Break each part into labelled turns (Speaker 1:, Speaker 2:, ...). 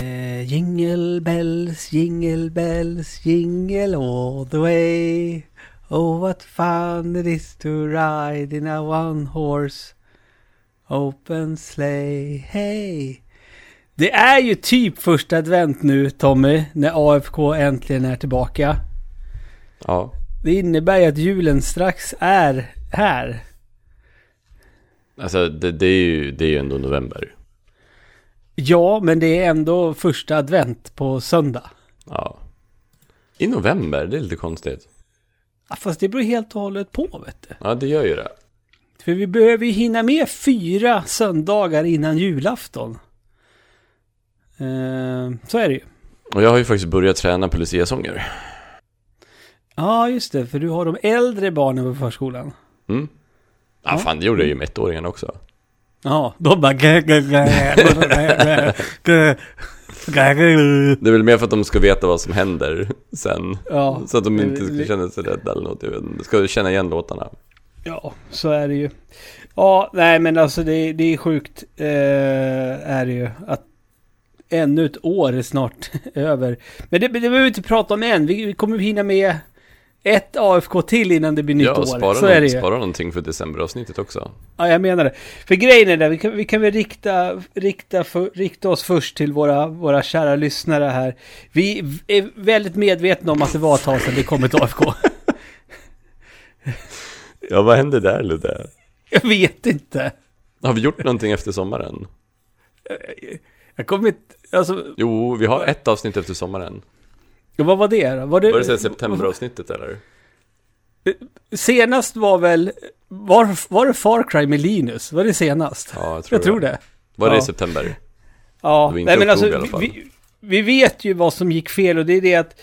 Speaker 1: Eh, bells, jingle bells, jingle all the way. Oh, what fun it is to ride in a one horse open sleigh. Hey! Det är ju typ första advent nu Tommy, när AFK äntligen är tillbaka.
Speaker 2: Ja.
Speaker 1: Det innebär ju att julen strax är här.
Speaker 2: Alltså det, det, är ju, det är ju ändå november.
Speaker 1: Ja, men det är ändå första advent på söndag.
Speaker 2: Ja. I november, det är lite konstigt.
Speaker 1: Ja, Fast det beror helt och hållet på vet du.
Speaker 2: Ja, det gör ju det.
Speaker 1: För vi behöver ju hinna med fyra söndagar innan julafton. Eh, så är det ju.
Speaker 2: Och jag har ju faktiskt börjat träna på luciasånger.
Speaker 1: Ja, just det. För du har de äldre barnen på förskolan.
Speaker 2: Mm. Ja,
Speaker 1: Ja.
Speaker 2: fan det gjorde jag ju med ettåringarna också.
Speaker 1: Ja, de bara...
Speaker 2: Det är väl mer för att de ska veta vad som händer sen.
Speaker 1: Ja,
Speaker 2: Så att de
Speaker 1: det-
Speaker 2: inte ska
Speaker 1: det-
Speaker 2: känna sig rädda eller något. Jag vet inte. Ska känna igen låtarna.
Speaker 1: Ja, så är det ju. Ja, nej men alltså det, det är sjukt. Eh, är det ju. Att ännu ett år är snart över. Men det, det behöver vi inte prata om än. Vi, vi kommer hinna med ett AFK till innan det blir nytt
Speaker 2: ja,
Speaker 1: år.
Speaker 2: spara,
Speaker 1: så är det
Speaker 2: någon,
Speaker 1: ju.
Speaker 2: spara någonting för decemberavsnittet också.
Speaker 1: Ja, jag menar det. För grejen är det, vi kan, vi kan väl rikta, rikta, för, rikta oss först till våra, våra kära lyssnare här. Vi är väldigt medvetna om att det var ett tag sedan det kom ett AFK.
Speaker 2: Ja, vad hände där Ludde?
Speaker 1: Jag vet inte.
Speaker 2: Har vi gjort någonting efter sommaren?
Speaker 1: Jag kommer inte... Alltså,
Speaker 2: Jo, vi har ett avsnitt efter sommaren.
Speaker 1: vad var det då? Var det,
Speaker 2: Var det så här septemberavsnittet eller?
Speaker 1: Senast var väl... Var, var det Far Cry med Linus? Var det senast?
Speaker 2: Ja, jag tror,
Speaker 1: jag tror det.
Speaker 2: Var det i
Speaker 1: Ja.
Speaker 2: september?
Speaker 1: Ja,
Speaker 2: Det var inte
Speaker 1: nej men
Speaker 2: oktober i alla
Speaker 1: alltså
Speaker 2: fall.
Speaker 1: vi, vi vet ju vad som gick fel och det är det att...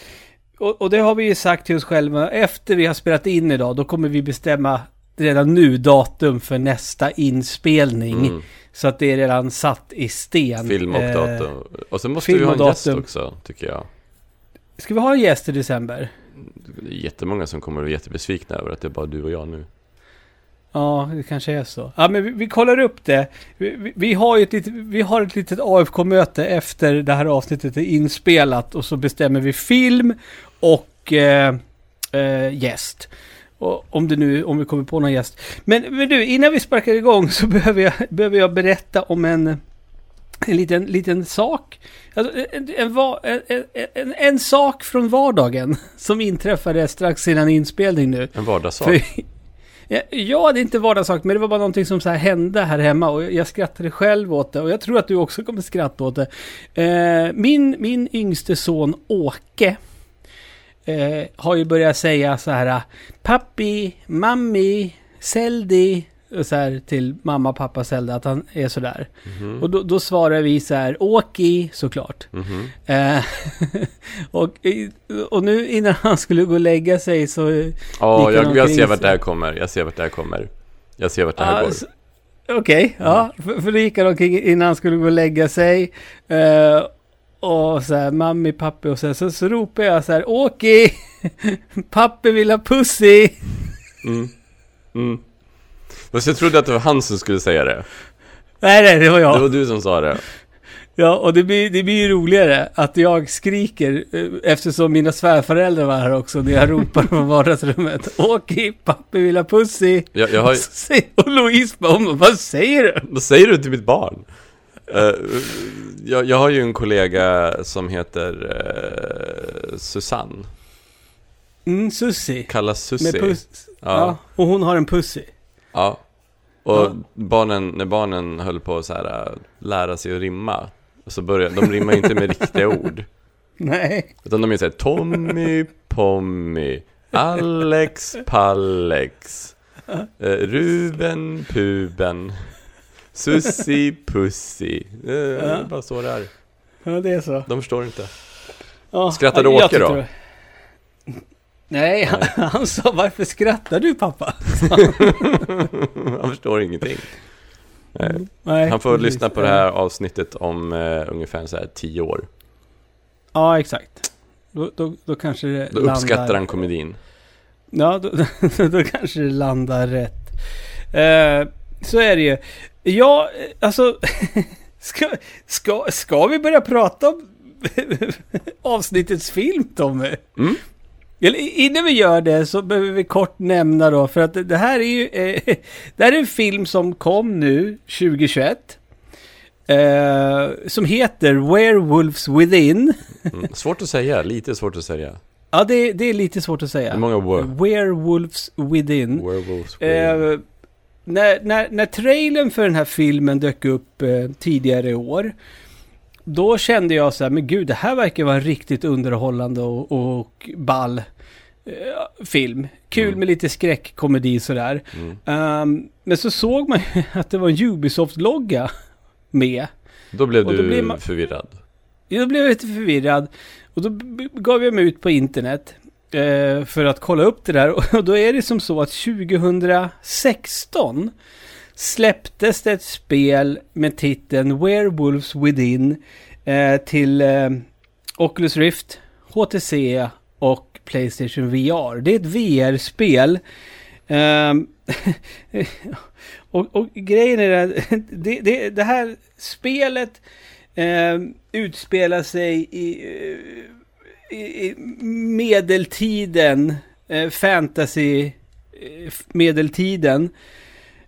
Speaker 1: Och, och det har vi ju sagt till oss själva. Efter vi har spelat in idag, då kommer vi bestämma redan nu datum för nästa inspelning.
Speaker 2: Mm.
Speaker 1: Så att det är redan satt i sten.
Speaker 2: Film och
Speaker 1: Eh,
Speaker 2: datum. Och sen måste
Speaker 1: film
Speaker 2: vi ha en
Speaker 1: och
Speaker 2: gäst
Speaker 1: datum.
Speaker 2: också, tycker jag.
Speaker 1: Ska vi ha en gäst i december?
Speaker 2: Det är jättemånga som kommer att bli jättebesvikna över att det är bara du och jag nu.
Speaker 1: Ja, det kanske är så. Ja, men vi, vi kollar upp det. Vi, vi, vi, har ju ett litet, vi har ett litet AFK-möte efter det här avsnittet är inspelat och så bestämmer vi film och eh, eh, gäst. Och om, det nu, om vi kommer på någon gäst. Men, men du, innan vi sparkar igång så behöver jag, behöver jag berätta om en, en liten, liten sak. Alltså, en, en, va- en, en, en, en sak från vardagen som inträffade strax innan inspelning nu.
Speaker 2: En vardagssak.
Speaker 1: För, ja, ja, det är inte vardagssak, men det var bara någonting som så här hände här hemma och jag, jag skrattade själv åt det och jag tror att du också kommer skratta åt det. Eh, min, min yngste son Åke eh, har ju börjat säga så här Pappi, mammi, Seldi och så här till mamma, pappa, Zelda att han är sådär.
Speaker 2: Mhm,
Speaker 1: Och då, då svarar vi så här Åki såklart.
Speaker 2: mhm.
Speaker 1: Eh, och, och nu innan han skulle gå och lägga sig så
Speaker 2: Ja,
Speaker 1: Gick han
Speaker 2: jag, jag
Speaker 1: omkring
Speaker 2: ser vart
Speaker 1: så-
Speaker 2: det här kommer. Jag ser vart det här kommer. Jag ser vart det här
Speaker 1: Ja, alltså-
Speaker 2: går.
Speaker 1: så- Okej, ja.
Speaker 2: Mm.
Speaker 1: För, för då gick han omkring innan han skulle gå och lägga sig. Eh, och så här, mammi, pappi och så, här, så, så ropade jag så här, Åki! pappi vill ha pussy!
Speaker 2: Mm. Mm. Fast jag trodde att det var han som skulle säga det.
Speaker 1: Nej, nej, det var jag.
Speaker 2: Det var du som sa det.
Speaker 1: Ja, och det blir, det blir ju roligare att jag skriker eh, eftersom mina svärföräldrar var här också när jag ropar från vardagsrummet. Åki, pappi vill ha pussy!
Speaker 2: Jag, jag har,
Speaker 1: Så säger- Och Louise bara, hon bara, vad säger du?
Speaker 2: vad säger du till mitt barn? Eh, jag, jag har ju en kollega som heter eh, Susanne.
Speaker 1: Mm, Susie.
Speaker 2: Kallas Susie.
Speaker 1: Med puss.
Speaker 2: Ja.
Speaker 1: ja. Och hon har en pussy.
Speaker 2: Ja. Och
Speaker 1: Ja.
Speaker 2: barnen, när barnen höll på att så här, äh, lära sig att rimma, så började, de rimmar ju inte med riktiga ord.
Speaker 1: Nej.
Speaker 2: Utan de är såhär Tommy, Pommy, Alex, Pallex, eh, Ruben, Puben, Sussi, Pussy. Eh, det är bara så det är.
Speaker 1: Ja, det är så.
Speaker 2: De förstår inte.
Speaker 1: Ja,
Speaker 2: Skrattade
Speaker 1: jag
Speaker 2: Åke
Speaker 1: tyckte
Speaker 2: då?
Speaker 1: det. Nej, han, han sa varför skrattar du pappa?
Speaker 2: Han förstår ingenting. Nej.
Speaker 1: Nej,
Speaker 2: Han får
Speaker 1: precis.
Speaker 2: lyssna på det här avsnittet om eh, ungefär så här tio år.
Speaker 1: Ja, exakt. Då, då, då kanske det
Speaker 2: Då uppskattar han komedin.
Speaker 1: Ja, då, då kanske det landar rätt. Eh, så är det ju. Ja, eh, alltså... Ska, ska, ska vi börja prata om avsnittets film Tommy.
Speaker 2: Mm.
Speaker 1: Eller innan vi gör det så behöver vi kort nämna då för att det- det här är ju eh, det här är en film som kom nu 2021. Eh, som heter Werewolves Within.
Speaker 2: Mm. Svårt att säga, lite svårt att säga.
Speaker 1: Ja det, det är lite svårt att
Speaker 2: Det
Speaker 1: säga.
Speaker 2: är många wor-
Speaker 1: Werewolves Within.
Speaker 2: werewolves. within.
Speaker 1: Mm. Eh, när, när, när trailern för den här filmen dök upp eh, tidigare i år. Då kände jag så här, men gud det här verkar vara en riktigt underhållande och, och ball eh, film. Kul
Speaker 2: Mm.
Speaker 1: med lite skräckkomedi sådär.
Speaker 2: Mm.
Speaker 1: Ehm, men så såg man ju att det var en Ubisoft-logga med.
Speaker 2: Då blev
Speaker 1: och då
Speaker 2: du
Speaker 1: blir man-
Speaker 2: förvirrad.
Speaker 1: Jag blev lite förvirrad och då b- gav jag mig ut på internet eh, för att kolla upp det där. Och då är det som så att 2016 släpptes det ett spel med titeln Werewolves Within eh, till eh, Oculus Rift, HTC och Playstation VR. Det är ett VR-spel. Ehm, och, och grejen är att det, det, det här spelet eh, utspelar sig i, eh, i, i medeltiden, eh, fantasy eh, f- medeltiden.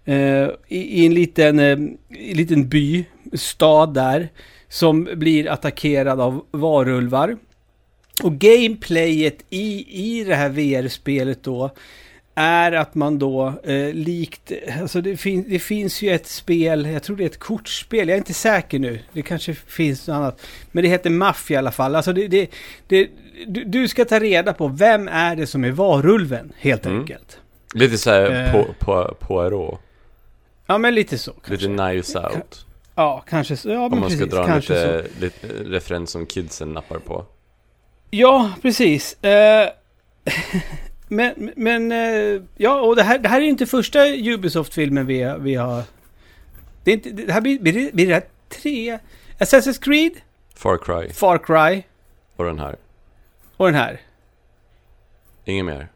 Speaker 1: Eh, i, I en liten, eh, i en liten by, stad där, som blir attackerad av varulvar. Och gameplayet i, i det här VR-spelet då är att man då eh, likt, alltså det, fin, det finns ju ett spel, jag tror det är ett kortspel, jag är inte säker nu, det kanske finns något annat. Men det heter Mafia i alla fall, alltså det, det, det, du, du ska ta reda på vem är det som är varulven helt
Speaker 2: Mm.
Speaker 1: enkelt.
Speaker 2: Lite
Speaker 1: Eh.
Speaker 2: såhär på, på, Poirot.
Speaker 1: Ja men lite så kanske.
Speaker 2: Lite knives out.
Speaker 1: Ja, kanske så. Ja,
Speaker 2: Om
Speaker 1: men
Speaker 2: man ska
Speaker 1: precis.
Speaker 2: dra en
Speaker 1: kanske så.
Speaker 2: lite, lite referens som kidsen nappar på.
Speaker 1: Ja, precis. Eh, men, men eh, ja, och det här, det här är ju inte första Ubisoft-filmen vi, vi har... Det, är inte, det här blir, blir, det, blir det här tre... Assassin's Creed,
Speaker 2: Far Cry
Speaker 1: Far Cry
Speaker 2: och den här.
Speaker 1: och den här.
Speaker 2: Inget mer.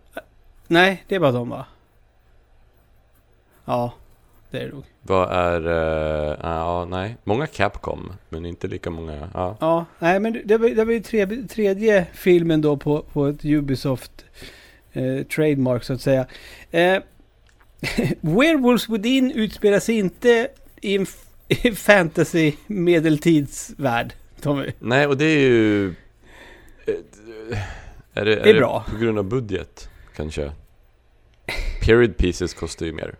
Speaker 1: Nej, det är bara de va? Ja, det är det nog.
Speaker 2: Vad är... eh, Ja, nej. Många Capcom, men inte lika många... Ja.
Speaker 1: Ja, nej men det- det var, det var ju tre, tredje filmen då på, på ett Ubisoft eh, trademark så att säga. Eh, Werewolves Within utspelar sig inte i en f- i en fantasy medeltidsvärld, Tommy.
Speaker 2: Nej, och det är ju... eh, Är det, är
Speaker 1: Det är bra.
Speaker 2: på grund av budget, kanske? Period pieces kostar ju mer.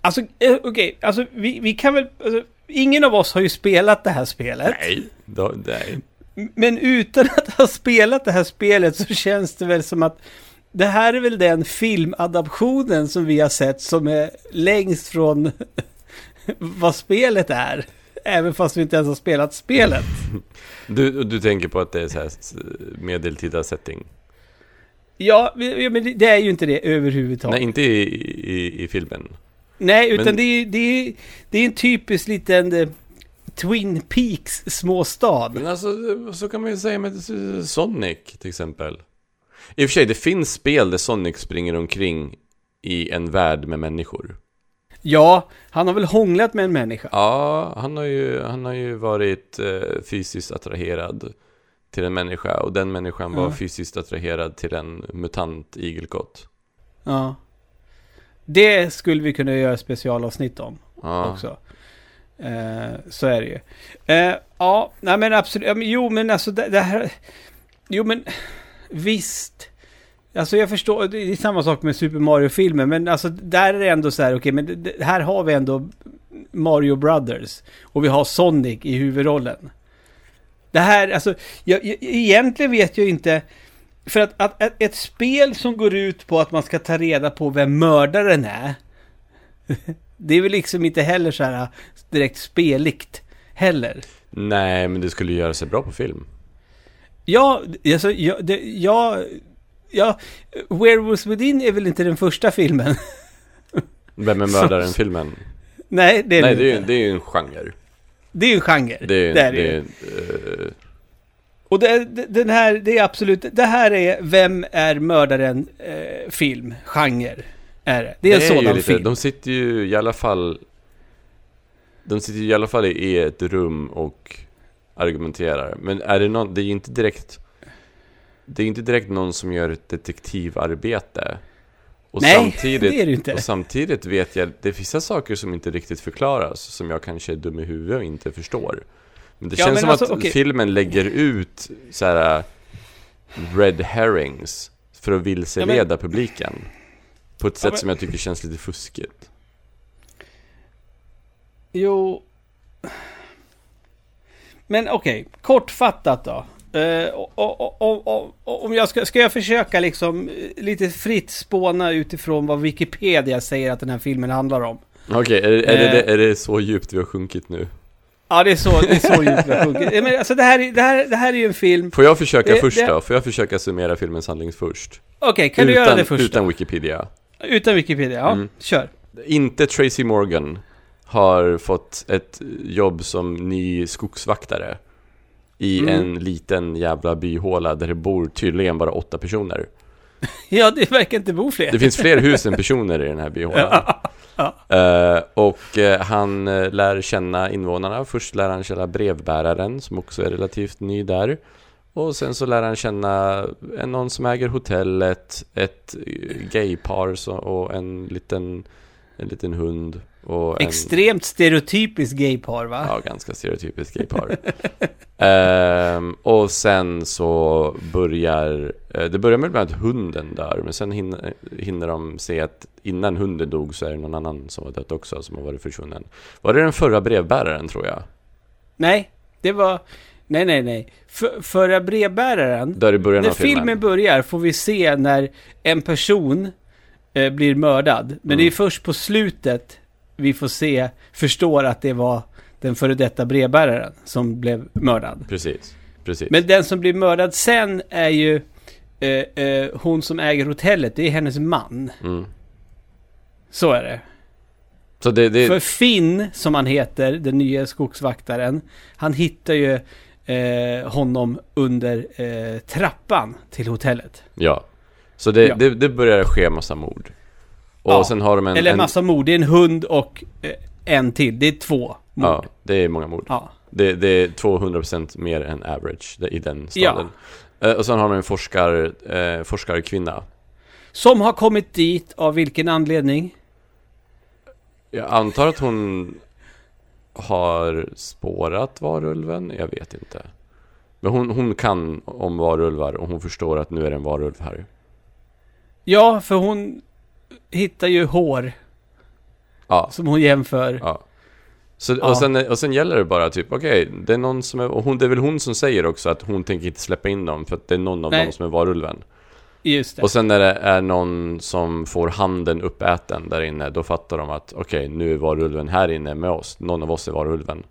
Speaker 1: Alltså, eh, okej, alltså vi, vi kan väl... Alltså, ingen av oss har ju spelat det här spelet.
Speaker 2: Nej. Då, nej.
Speaker 1: Men utan att ha spelat det här spelet så känns det väl som att det här är väl den filmadaptionen som vi har sett som är längst från vad spelet är. Även fast vi inte ens har spelat spelet.
Speaker 2: Du, du tänker på att det är så här s- medeltida setting?
Speaker 1: Ja, vi- men det- det är ju inte det överhuvudtaget.
Speaker 2: Nej,
Speaker 1: Nej,
Speaker 2: inte i, i, i filmen.
Speaker 1: utan
Speaker 2: men-
Speaker 1: det, är, det, är, det är en typisk liten eh, Twin Peaks småstad.
Speaker 2: Men alltså, så kan man ju säga med Sonic till exempel. I och för sig, det finns spel där Sonic springer omkring i en värld med människor.
Speaker 1: Ja, han har väl hånglat med en människa.
Speaker 2: Ja, han har ju, han har ju varit eh, fysiskt attraherad till en människa och den människan var
Speaker 1: Ja.
Speaker 2: fysiskt attraherad till en mutant igelkott.
Speaker 1: Ja. Det skulle vi kunna göra specialavsnitt om.
Speaker 2: Ja.
Speaker 1: också. Eh, så är det ju. Eh, ja, nej men absolut. Ja, men, jo, men alltså det, det här... Jo, men visst. Alltså jag förstår, det är samma sak med Super Mario-filmen, men alltså där är det ändå så här, okej, men det- det, här har vi ändå Mario Brothers och vi har Sonic i huvudrollen. Det här, alltså, jag, jag, egentligen vet jag inte, för att, att, att ett spel som går ut på att man ska ta reda på vem mördaren är, det är väl liksom inte heller så här direkt speligt heller.
Speaker 2: Nej, men det skulle ju göra sig bra på film.
Speaker 1: Ja, alltså, jag, det, jag, ja, Werewolves Within är väl inte den första filmen?
Speaker 2: Vem är
Speaker 1: Så-
Speaker 2: mördaren-filmen?
Speaker 1: Nej, det är
Speaker 2: Nej,
Speaker 1: det
Speaker 2: det är, ju-
Speaker 1: inte.
Speaker 2: det är ju en genre.
Speaker 1: Det är ju en genre.
Speaker 2: Det är,
Speaker 1: det är det
Speaker 2: det
Speaker 1: ju.
Speaker 2: är, eh,
Speaker 1: Och det, det- den här, det är absolut, det här är Vem är mördaren? Eh, film, genre. Är det. det är en
Speaker 2: ju
Speaker 1: sådan
Speaker 2: lite-
Speaker 1: film.
Speaker 2: De sitter ju i alla fall De sitter ju i alla fall i ett rum och argumenterar. Men är det någon, det är ju inte direkt Det är ju inte direkt någon som gör ett detektivarbete. Och
Speaker 1: Nej,
Speaker 2: samtidigt,
Speaker 1: det är det ju inte.
Speaker 2: Och samtidigt vet jag, det finns vissa saker som inte riktigt förklaras, som jag kanske är dum i huvudet och inte förstår. Men det
Speaker 1: Ja,
Speaker 2: känns
Speaker 1: men
Speaker 2: som
Speaker 1: alltså,
Speaker 2: att
Speaker 1: okej.
Speaker 2: filmen lägger ut så här äh, red herrings för att vilseleda
Speaker 1: Ja, men-
Speaker 2: publiken. På ett sätt
Speaker 1: men-
Speaker 2: som jag tycker känns lite fuskigt.
Speaker 1: Jo... Men okej, kortfattat då. Eh, o- o- o- o- o- om jag ska, ska jag försöka liksom eh, lite fritt spåna utifrån vad Wikipedia säger att den här filmen handlar om?
Speaker 2: Okej, är, är, det-
Speaker 1: Eh.
Speaker 2: det- är det så djupt vi har sjunkit nu?
Speaker 1: Ja, det är så, det är så djupt jag sjunker. Eh, Men alltså det här, är- det, här, det här är ju en film...
Speaker 2: Får jag försöka
Speaker 1: Det-
Speaker 2: först
Speaker 1: det-
Speaker 2: då? Får jag försöka summera filmens handling först?
Speaker 1: Okej, kan du
Speaker 2: utan,
Speaker 1: göra det först? Utan,
Speaker 2: Utan Wikipedia.
Speaker 1: utan Wikipedia, ja.
Speaker 2: Mm.
Speaker 1: Kör.
Speaker 2: Inte Tracy Morgan har fått ett jobb som ny skogsvaktare i
Speaker 1: Mm.
Speaker 2: en liten jävla byhåla där det bor tydligen bara åtta personer.
Speaker 1: Ja, det verkar inte bo fler.
Speaker 2: Det finns fler hus än personer i den här byhålan. Eh, och eh, han eh, lär känna invånarna. Först lär han känna brevbäraren som också är relativt ny där. Och sen så lär han känna eh, någon som äger hotellet, ett eh, gaypar så- och en liten, en liten hund. Och en,
Speaker 1: Extremt stereotypiskt gaypar, va?
Speaker 2: Ja, ganska stereotypiskt gaypar. Ehm, och sen så börjar, eh, det börjar med att hunden dör, men sen hinner, hinner de se att innan hunden dog så är det någon annan som har dött också, som har varit försvunnen. Var det den förra brevbäraren tror jag?
Speaker 1: Nej, det var... Nej, nej, nej. För, förra brevbäraren...
Speaker 2: Där i början
Speaker 1: När
Speaker 2: av filmen.
Speaker 1: filmen börjar får vi se när en person eh, blir mördad. Men
Speaker 2: Mm.
Speaker 1: det är först på slutet vi får se, förstår att det var den före detta brevbäraren som blev mördad.
Speaker 2: Precis, precis.
Speaker 1: Men den som blir mördad sen är ju eh, eh, hon som äger hotellet, det är hennes man.
Speaker 2: Mm.
Speaker 1: Så är det.
Speaker 2: Så det, det,
Speaker 1: För Finn, som han heter, den nya skogsvaktaren, han hittar ju eh, honom under eh, trappan till hotellet.
Speaker 2: ja. Så det,
Speaker 1: Ja.
Speaker 2: Det, det börjar ske massa mord. Och
Speaker 1: Ja,
Speaker 2: sen har de en...
Speaker 1: Eller en
Speaker 2: en
Speaker 1: massa mord. Det är en hund och eh, en till. Det är två mord.
Speaker 2: Ja,
Speaker 1: Ja.
Speaker 2: det är många mord.
Speaker 1: Ja.
Speaker 2: Det, det är 200% mer än average där- i den staden. Eh, Och sen har de en forskar, eh, forskarkvinna.
Speaker 1: Som har kommit dit av vilken anledning?
Speaker 2: Jag antar att hon har spårat varulven, jag vet inte. Men hon, hon kan om varulvar och hon förstår att nu är det en varulv här.
Speaker 1: Ja, för hon hittar ju hår
Speaker 2: Ja,
Speaker 1: som hon jämför.
Speaker 2: ja. Så,
Speaker 1: Ja.
Speaker 2: och, sen, och sen gäller det bara typ, okej, det är någon som är, och hon, det är väl hon som säger också att hon tänker inte släppa in dem för att det är någon av
Speaker 1: Nej.
Speaker 2: dem som är varulven.
Speaker 1: Just det.
Speaker 2: Och sen när det är någon som får handen uppäten där inne, då fattar de att okej, nu är varulven här inne med oss. Någon av oss är varulven.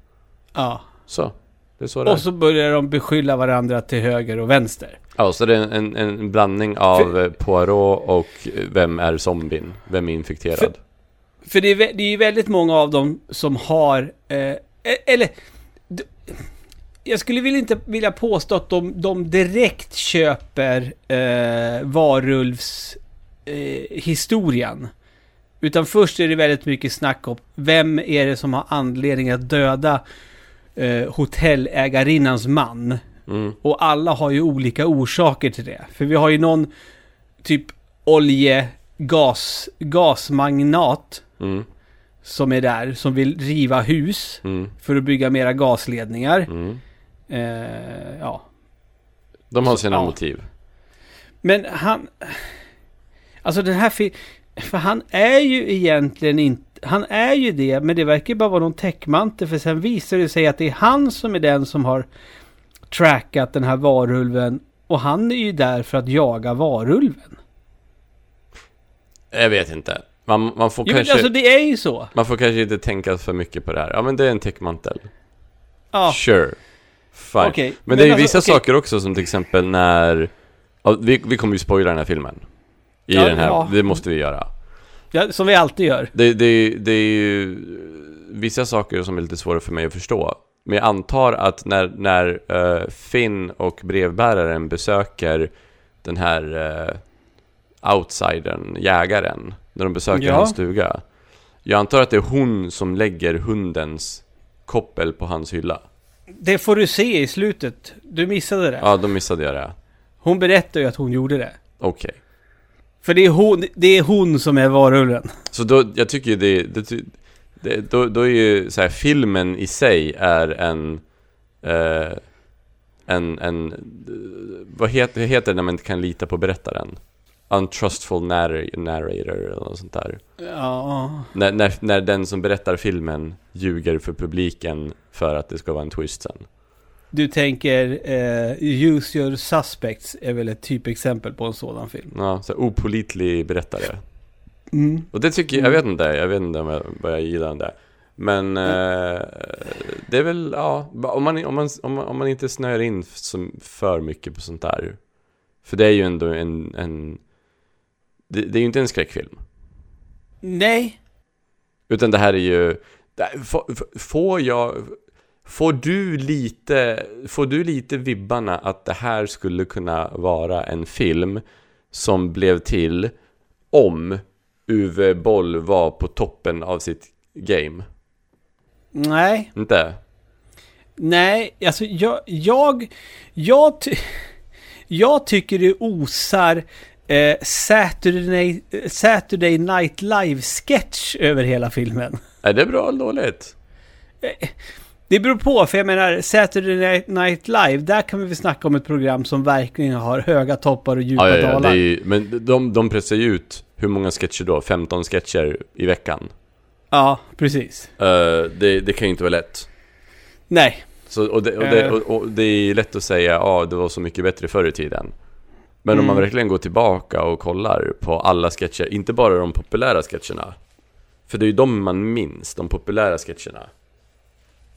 Speaker 1: Ja.
Speaker 2: Så, det är så det är.
Speaker 1: Och så börjar de beskylla varandra till höger och vänster.
Speaker 2: Ja, så det är en, en blandning av eh, Poirot och eh, vem är zombien? Vem är infekterad?
Speaker 1: För- För det är, vä- det är ju väldigt många av dem som har... Eh, e- eller... d- Jag skulle väl inte vilja påstå att de, de direkt köper eh, varulvs eh, historien. Utan först är det väldigt mycket snack om vem är det som har anledning att döda eh, hotellägarinnans man.
Speaker 2: Mm,
Speaker 1: Och alla har ju olika orsaker till det. För vi har ju någon typ olje, gas, gasmagnat
Speaker 2: mm,
Speaker 1: som är där, som vill riva hus
Speaker 2: mm,
Speaker 1: för att bygga mera gasledningar.
Speaker 2: mm.
Speaker 1: Eh, ja.
Speaker 2: De har sina
Speaker 1: ja.
Speaker 2: motiv.
Speaker 1: Men han... Alltså den här fi- För han är ju egentligen inte... Han är ju det, men det verkar bara vara någon täckmantel. För sen visar det sig att det är han som är den som har trackat den här varulven. Och han är ju där för att jaga varulven.
Speaker 2: Jag vet inte. Man, man, får
Speaker 1: Jo, men
Speaker 2: kanske,
Speaker 1: alltså det är ju så.
Speaker 2: man får kanske inte tänka för mycket på det här. Ja, men det är en täckmantel.
Speaker 1: Ja,
Speaker 2: Sure. Fine.
Speaker 1: okej.
Speaker 2: Men, det är ju
Speaker 1: alltså,
Speaker 2: vissa
Speaker 1: okej.
Speaker 2: saker också som till exempel när... Ja, vi, vi kommer ju spoila den här filmen. I
Speaker 1: Ja,
Speaker 2: den här,
Speaker 1: ja.
Speaker 2: det måste vi göra.
Speaker 1: Ja, som vi alltid gör.
Speaker 2: Det, det, det är ju vissa saker som är lite svåra för mig att förstå. Men jag antar att när, när eh, Finn och brevbäraren besöker den här eh, outsidern, jägaren, när de besöker
Speaker 1: Ja.
Speaker 2: hans stuga. Jag antar att det är hon som lägger hundens koppel på hans hylla.
Speaker 1: Det får du se i slutet. Du missade det.
Speaker 2: Ja, då missade jag det.
Speaker 1: Hon berättar ju att hon gjorde det.
Speaker 2: Okej.
Speaker 1: För det är hon, det är hon som är varulven.
Speaker 2: Så då, jag tycker ju det, det, ty- det då, då är ju så här, filmen i sig är en, eh, en, en, eh, vad heter, vad heter det när man inte kan lita på berättaren? Untrustful narr- narrator eller något sånt där.
Speaker 1: Ja.
Speaker 2: När, när, när den som berättar filmen ljuger för publiken för att det ska vara en twist sen.
Speaker 1: Du tänker eh, Use Your Suspects är väl ett typexempel på en sådan film.
Speaker 2: Ja, så här, opolitlig berättare.
Speaker 1: Mm.
Speaker 2: Och det tycker jag, jag vet inte, jag vet inte om jag, vad jag gillar den där. Men eh, det är väl, ja, ba- om man, om, man, om, man, om man inte snöar in f- som för mycket på sånt där. För det är ju ändå en, en det, det är ju inte en skräckfilm.
Speaker 1: Nej.
Speaker 2: Utan det här är ju, det här- få- f- får jag, får du lite, får du lite vibbarna att det här skulle kunna vara en film som blev till om Uwe Boll var på toppen av sitt game?
Speaker 1: Nej.
Speaker 2: Inte?
Speaker 1: Nej, alltså jag, jag, jag, ty- jag tycker det osar eh, Saturday, Saturday Night Live-sketch över hela filmen.
Speaker 2: Är det bra eller dåligt?
Speaker 1: Det beror på, för jag menar Saturday Night Live, där kan vi väl snacka om ett program som verkligen har höga toppar och djupa
Speaker 2: Ja, ja, ja, det
Speaker 1: dalar.
Speaker 2: är ju, men de, de pressar ju ut, hur många sketcher då? 15 sketcher i veckan.
Speaker 1: Ja, precis.
Speaker 2: Eh, det, det kan ju inte vara lätt.
Speaker 1: Nej,
Speaker 2: Så, och, det, och, det,
Speaker 1: Eh.
Speaker 2: och, och det är lätt att säga att ah, det var så mycket bättre förr i tiden. Men om
Speaker 1: Mm.
Speaker 2: man verkligen går tillbaka och kollar på alla sketcher, inte bara de populära sketcherna. För det är ju de man minns, de populära sketcherna.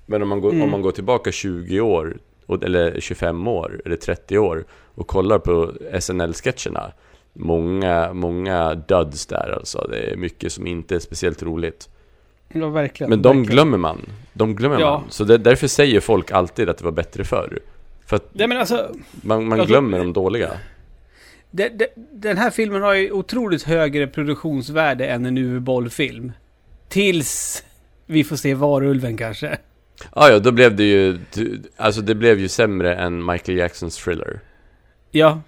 Speaker 2: Men om man går,
Speaker 1: Mm.
Speaker 2: om man går tillbaka 20 år, och- eller 25 år, eller 30 år och kollar på SNL-sketcherna. Många, många duds där alltså. Det är mycket som inte är speciellt roligt.
Speaker 1: ja, verkligen.
Speaker 2: Men de
Speaker 1: verkligen.
Speaker 2: glömmer man. De glömmer
Speaker 1: Ja.
Speaker 2: man. Så det, därför säger folk alltid att det var bättre förr. För att
Speaker 1: Nej men alltså,
Speaker 2: man, man
Speaker 1: Alltså-
Speaker 2: glömmer de dåliga.
Speaker 1: de, de, den här filmen har ju otroligt högre produktionsvärde än en UV-bollfilm. Tills vi får se Varulven kanske.
Speaker 2: Ah, ja, då blev det ju... du- Alltså det blev ju sämre än Michael Jacksons thriller.
Speaker 1: Ja,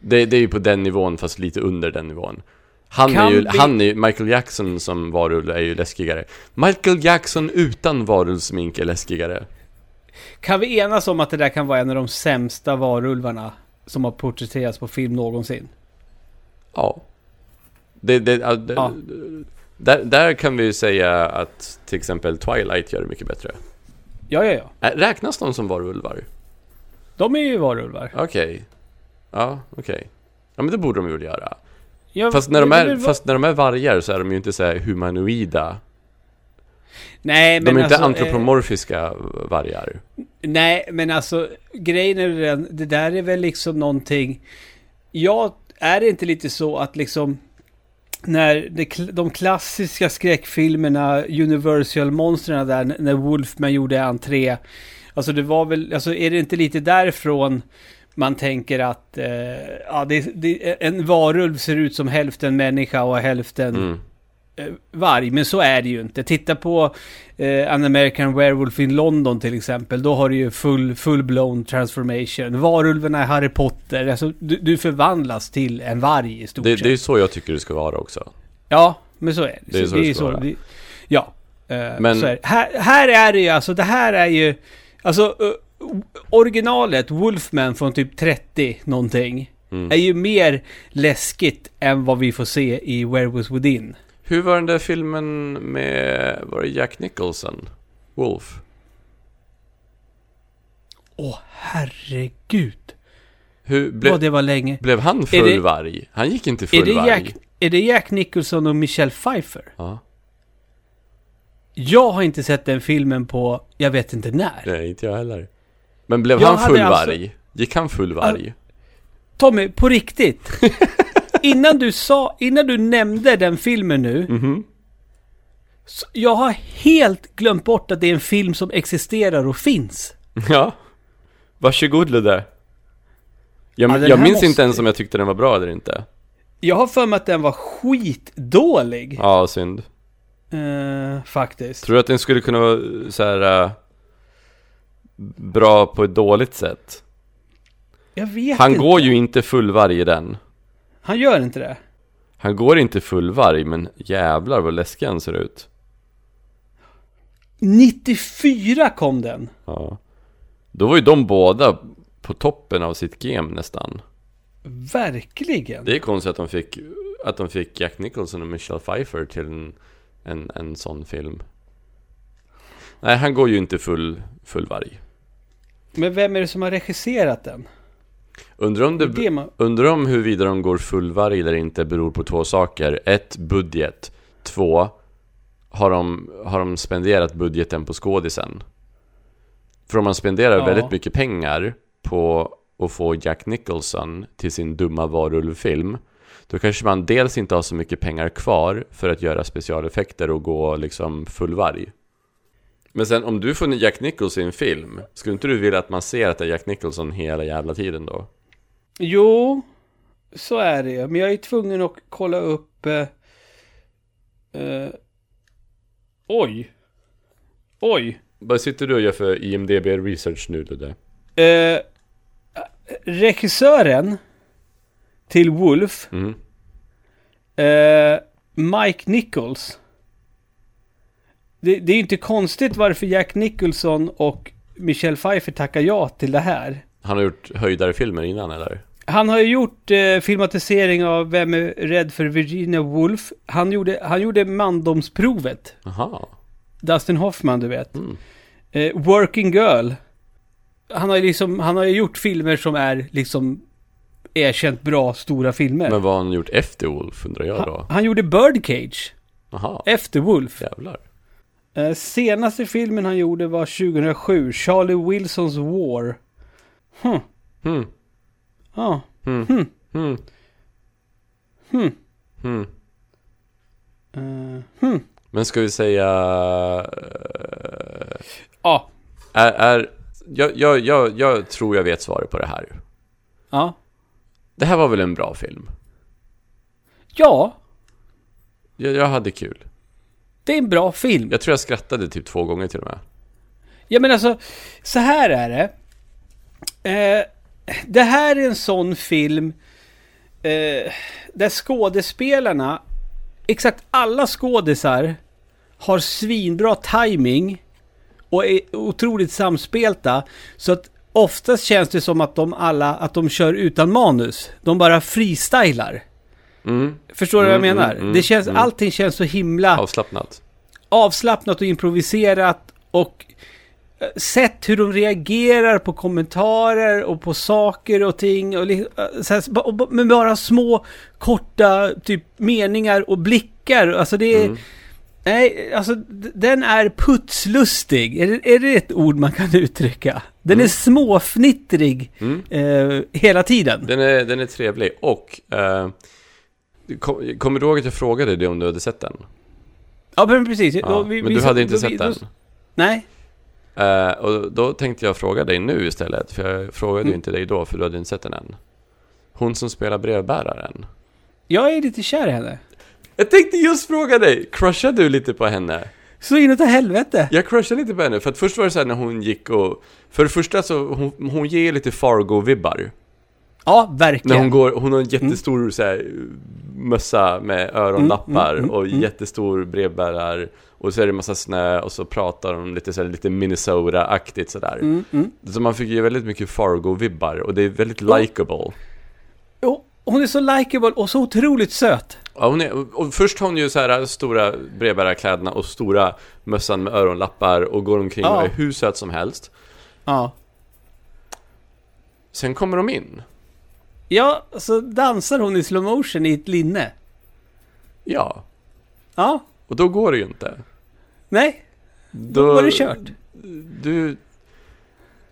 Speaker 2: Det, det är ju på den nivån, fast lite under den nivån. Han är,
Speaker 1: Kan
Speaker 2: ju,
Speaker 1: vi-
Speaker 2: han är ju... Michael Jackson som varulv är ju läskigare. Michael Jackson utan varulvsmink är läskigare.
Speaker 1: Kan vi enas om att det där kan vara en av de sämsta varulvarna som har porträtterats på film någonsin?
Speaker 2: Ja. Det, det, ja, det,
Speaker 1: Ja.
Speaker 2: Där, där kan vi ju säga att till exempel Twilight gör det mycket bättre.
Speaker 1: Ja, ja, ja.
Speaker 2: Äh, Räknas de som varulvar?
Speaker 1: De är ju varulvar.
Speaker 2: Okej. Ja, okej. Ja, men det borde de väl göra.
Speaker 1: Ja,
Speaker 2: Fast när, de
Speaker 1: det-
Speaker 2: är,
Speaker 1: det-
Speaker 2: fast när de är vargar så är de ju inte så här humanoida.
Speaker 1: Nej,
Speaker 2: De
Speaker 1: men
Speaker 2: är inte
Speaker 1: alltså, eh,
Speaker 2: antropomorfiska vargar.
Speaker 1: nej, men alltså grejen är ju den, det där är väl liksom någonting... Ja, är det inte lite så att liksom... När det, kl- de klassiska skräckfilmerna, Universal-monstren där, n- när Wolfman gjorde entré. Alltså det var väl, alltså är det inte lite därifrån man tänker att eh, ja, det, det, en varulv ser ut som hälften människa och hälften
Speaker 2: Mm.
Speaker 1: eh, varg, men så är det ju inte. Titta på eh, An American Werewolf in London till exempel. Då har du ju full, full-blown transformation. Varulvarna i Harry Potter. Alltså, du, du förvandlas till en varg i stort
Speaker 2: Det,
Speaker 1: sett.
Speaker 2: det är ju så jag tycker det ska vara också.
Speaker 1: Ja, men så är det.
Speaker 2: Det är så det ska vara.
Speaker 1: det- ja, eh,
Speaker 2: Men-
Speaker 1: så är det. Här, här är det ju alltså, det här är ju... Alltså, eh, originalet, Wolfman från typ 30 någonting,
Speaker 2: Mm.
Speaker 1: är ju mer läskigt än vad vi får se i Werewolves Within.
Speaker 2: Hur var den där filmen med, var det Jack Nicholson? Wolf?
Speaker 1: Åh, herregud.
Speaker 2: Hur,
Speaker 1: Vad
Speaker 2: ble,
Speaker 1: det var länge.
Speaker 2: blev han full
Speaker 1: det-
Speaker 2: varg? Han gick inte full
Speaker 1: Är det,
Speaker 2: varg.
Speaker 1: Jack, är det Jack Nicholson och Michelle Pfeiffer?
Speaker 2: Ja,
Speaker 1: Jag har inte sett den filmen på, jag vet inte när.
Speaker 2: nej, inte jag heller. Men blev
Speaker 1: Jag
Speaker 2: han
Speaker 1: hade
Speaker 2: full
Speaker 1: alltså-
Speaker 2: varg? Gick han full varg?
Speaker 1: Tommy, på riktigt. innan, du sa, innan du nämnde den filmen nu.
Speaker 2: Mhm.
Speaker 1: så jag har helt glömt bort att det är en film som existerar och finns.
Speaker 2: Ja. Varsågod Ludde. Jag,
Speaker 1: Ja, den
Speaker 2: jag
Speaker 1: här
Speaker 2: minns
Speaker 1: måste-
Speaker 2: inte ens om jag tyckte den var bra eller inte.
Speaker 1: Jag har för mig att den var skitdålig.
Speaker 2: Ja, synd.
Speaker 1: Eh, faktiskt.
Speaker 2: Tror du att den skulle kunna vara eh, så här... eh, äh, bra på ett dåligt sätt.
Speaker 1: Jag vet
Speaker 2: Han
Speaker 1: inte.
Speaker 2: går ju inte fullvarg i den.
Speaker 1: Han gör inte det.
Speaker 2: Han går inte fullvarg, men jävlar vad läskig han ser ut.
Speaker 1: 94 kom den.
Speaker 2: Ja. Då var ju de båda på toppen av sitt game nästan.
Speaker 1: Verkligen.
Speaker 2: Det är konstigt att de fick, att de fick Jack Nicholson och Michelle Pfeiffer till en, en, en sån film. Nej, han går ju inte full, full varg.
Speaker 1: Men vem är det som har regisserat den?
Speaker 2: Undrar om,
Speaker 1: Det
Speaker 2: det,
Speaker 1: är det man...
Speaker 2: undrar om huruvida de går full varg eller inte beror på två saker. Ett, budget. Två, har de, har de spenderat budgeten på skådisen? För om man spenderar
Speaker 1: Ja.
Speaker 2: väldigt mycket pengar på att få Jack Nicholson till sin dumma varulvfilm då kanske man dels inte har så mycket pengar kvar för att göra specialeffekter och gå liksom full varg. Men sen om du får en Jack Nicholson i en film, skulle inte du vilja att man ser att det är Jack Nicholson hela jävla tiden då?
Speaker 1: Jo, så är det ju. Men jag är tvungen att kolla upp... Eh, eh, oj. Oj.
Speaker 2: Vad sitter du och gör för IMDB research nu Ludde?
Speaker 1: Eh, regissören till Wolf,
Speaker 2: Mm.
Speaker 1: eh, Mike Nichols. Det, det är ju inte konstigt varför Jack Nicholson och Michelle Pfeiffer tackar ja till det här.
Speaker 2: Han har gjort höjdare filmer innan eller?
Speaker 1: Han har ju gjort eh, filmatisering av Vem är rädd för Virginia Woolf. Han gjorde, han gjorde Mandomsprovet.
Speaker 2: Aha.
Speaker 1: Dustin Hoffman, du vet.
Speaker 2: Mm.
Speaker 1: Eh, Working Girl. Han har, ju liksom, han har ju gjort filmer som är liksom erkänt bra, stora filmer.
Speaker 2: Men vad har han gjort efter Wolf undrar jag
Speaker 1: han,
Speaker 2: då?
Speaker 1: han gjorde Birdcage,
Speaker 2: Aha.
Speaker 1: efter Wolf.
Speaker 2: Jävlar.
Speaker 1: Eh, senaste filmen han gjorde var 2007, Charlie Wilsons War. Hm,
Speaker 2: Hmm.
Speaker 1: ja.
Speaker 2: Hmm.
Speaker 1: Hmm.
Speaker 2: Hmm.
Speaker 1: Hmm.
Speaker 2: Hmm.
Speaker 1: Eh, hm.
Speaker 2: Men ska vi säga... eh,
Speaker 1: Ja.
Speaker 2: Är... är jag, jag, jag, jag tror jag vet svaret på det här.
Speaker 1: Ja.
Speaker 2: Det här var väl en bra film?
Speaker 1: Ja,
Speaker 2: Jag, jag hade kul.
Speaker 1: det är en bra film.
Speaker 2: Jag tror jag skrattade typ två gånger till och med.
Speaker 1: Ja men alltså, så här är det. Eh, det här är en sån film eh, där skådespelarna, exakt alla skådisar, har svinbra timing och är otroligt samspelta. Så att oftast känns det som att de alla, att de kör utan manus. De bara freestylar.
Speaker 2: Mm.
Speaker 1: Förstår du vad jag
Speaker 2: Mm,
Speaker 1: menar?
Speaker 2: mm, mm,
Speaker 1: det känns,
Speaker 2: mm.
Speaker 1: allting känns så
Speaker 2: Ah.
Speaker 1: himla
Speaker 2: Avslappnat.
Speaker 1: avslappnat och improviserat och eh, sett hur de reagerar på kommentarer och på saker och ting. Och, li- eh, så här, och b- med bara små korta typ meningar och blickar. Alltså det
Speaker 2: Mm.
Speaker 1: är... Nej, alltså d- den är putslustig. Är det, är det ett ord man kan uttrycka? Den är småfnittrig
Speaker 2: Mm.
Speaker 1: eh, hela tiden.
Speaker 2: Den är, den är trevlig och... eh, kom, kommer du ihåg att jag frågade dig om du hade sett den?
Speaker 1: Ja, men precis.
Speaker 2: Ja,
Speaker 1: Då vi-
Speaker 2: men
Speaker 1: vi
Speaker 2: du
Speaker 1: satt-
Speaker 2: hade inte
Speaker 1: då
Speaker 2: sett
Speaker 1: vi- då-
Speaker 2: den?
Speaker 1: Nej,
Speaker 2: Eh, och då tänkte jag fråga dig nu istället, för jag frågade ju
Speaker 1: Mm.
Speaker 2: inte dig då, för du hade inte sett den än. Hon som spelar brevbäraren.
Speaker 1: jag är lite kär i henne.
Speaker 2: Jag tänkte just fråga dig, crushar du lite på henne?
Speaker 1: Så inåt helvete.
Speaker 2: Jag crushar lite på henne, för att först var det så här när hon gick och... För det första så, hon, hon ger lite Fargo-vibbar.
Speaker 1: Ja, verkligen.
Speaker 2: När hon går, hon har en jättestor så här, mössa med öronlappar
Speaker 1: Mm, mm, mm,
Speaker 2: och jättestor brevbärar. Och så är det massa snö och så pratar de lite så här, lite Minnesota-aktigt sådär.
Speaker 1: Mm, mm.
Speaker 2: Så man fick ju väldigt mycket Fargo-vibbar och det är väldigt
Speaker 1: Ja.
Speaker 2: likable.
Speaker 1: Jo, Hon är så likeable och så otroligt söt.
Speaker 2: Ja, hon är, och först har hon ju så här äh, stora brevbärarkläderna och stora mössan med öronlappar och går omkring
Speaker 1: Ja.
Speaker 2: och är hur söt som helst.
Speaker 1: Ja.
Speaker 2: Sen kommer de in.
Speaker 1: Ja, så dansar hon i slow motion i ett linne.
Speaker 2: Ja,
Speaker 1: Ja,
Speaker 2: och då går det ju inte.
Speaker 1: nej,
Speaker 2: Då,
Speaker 1: då var det kört.
Speaker 2: Du...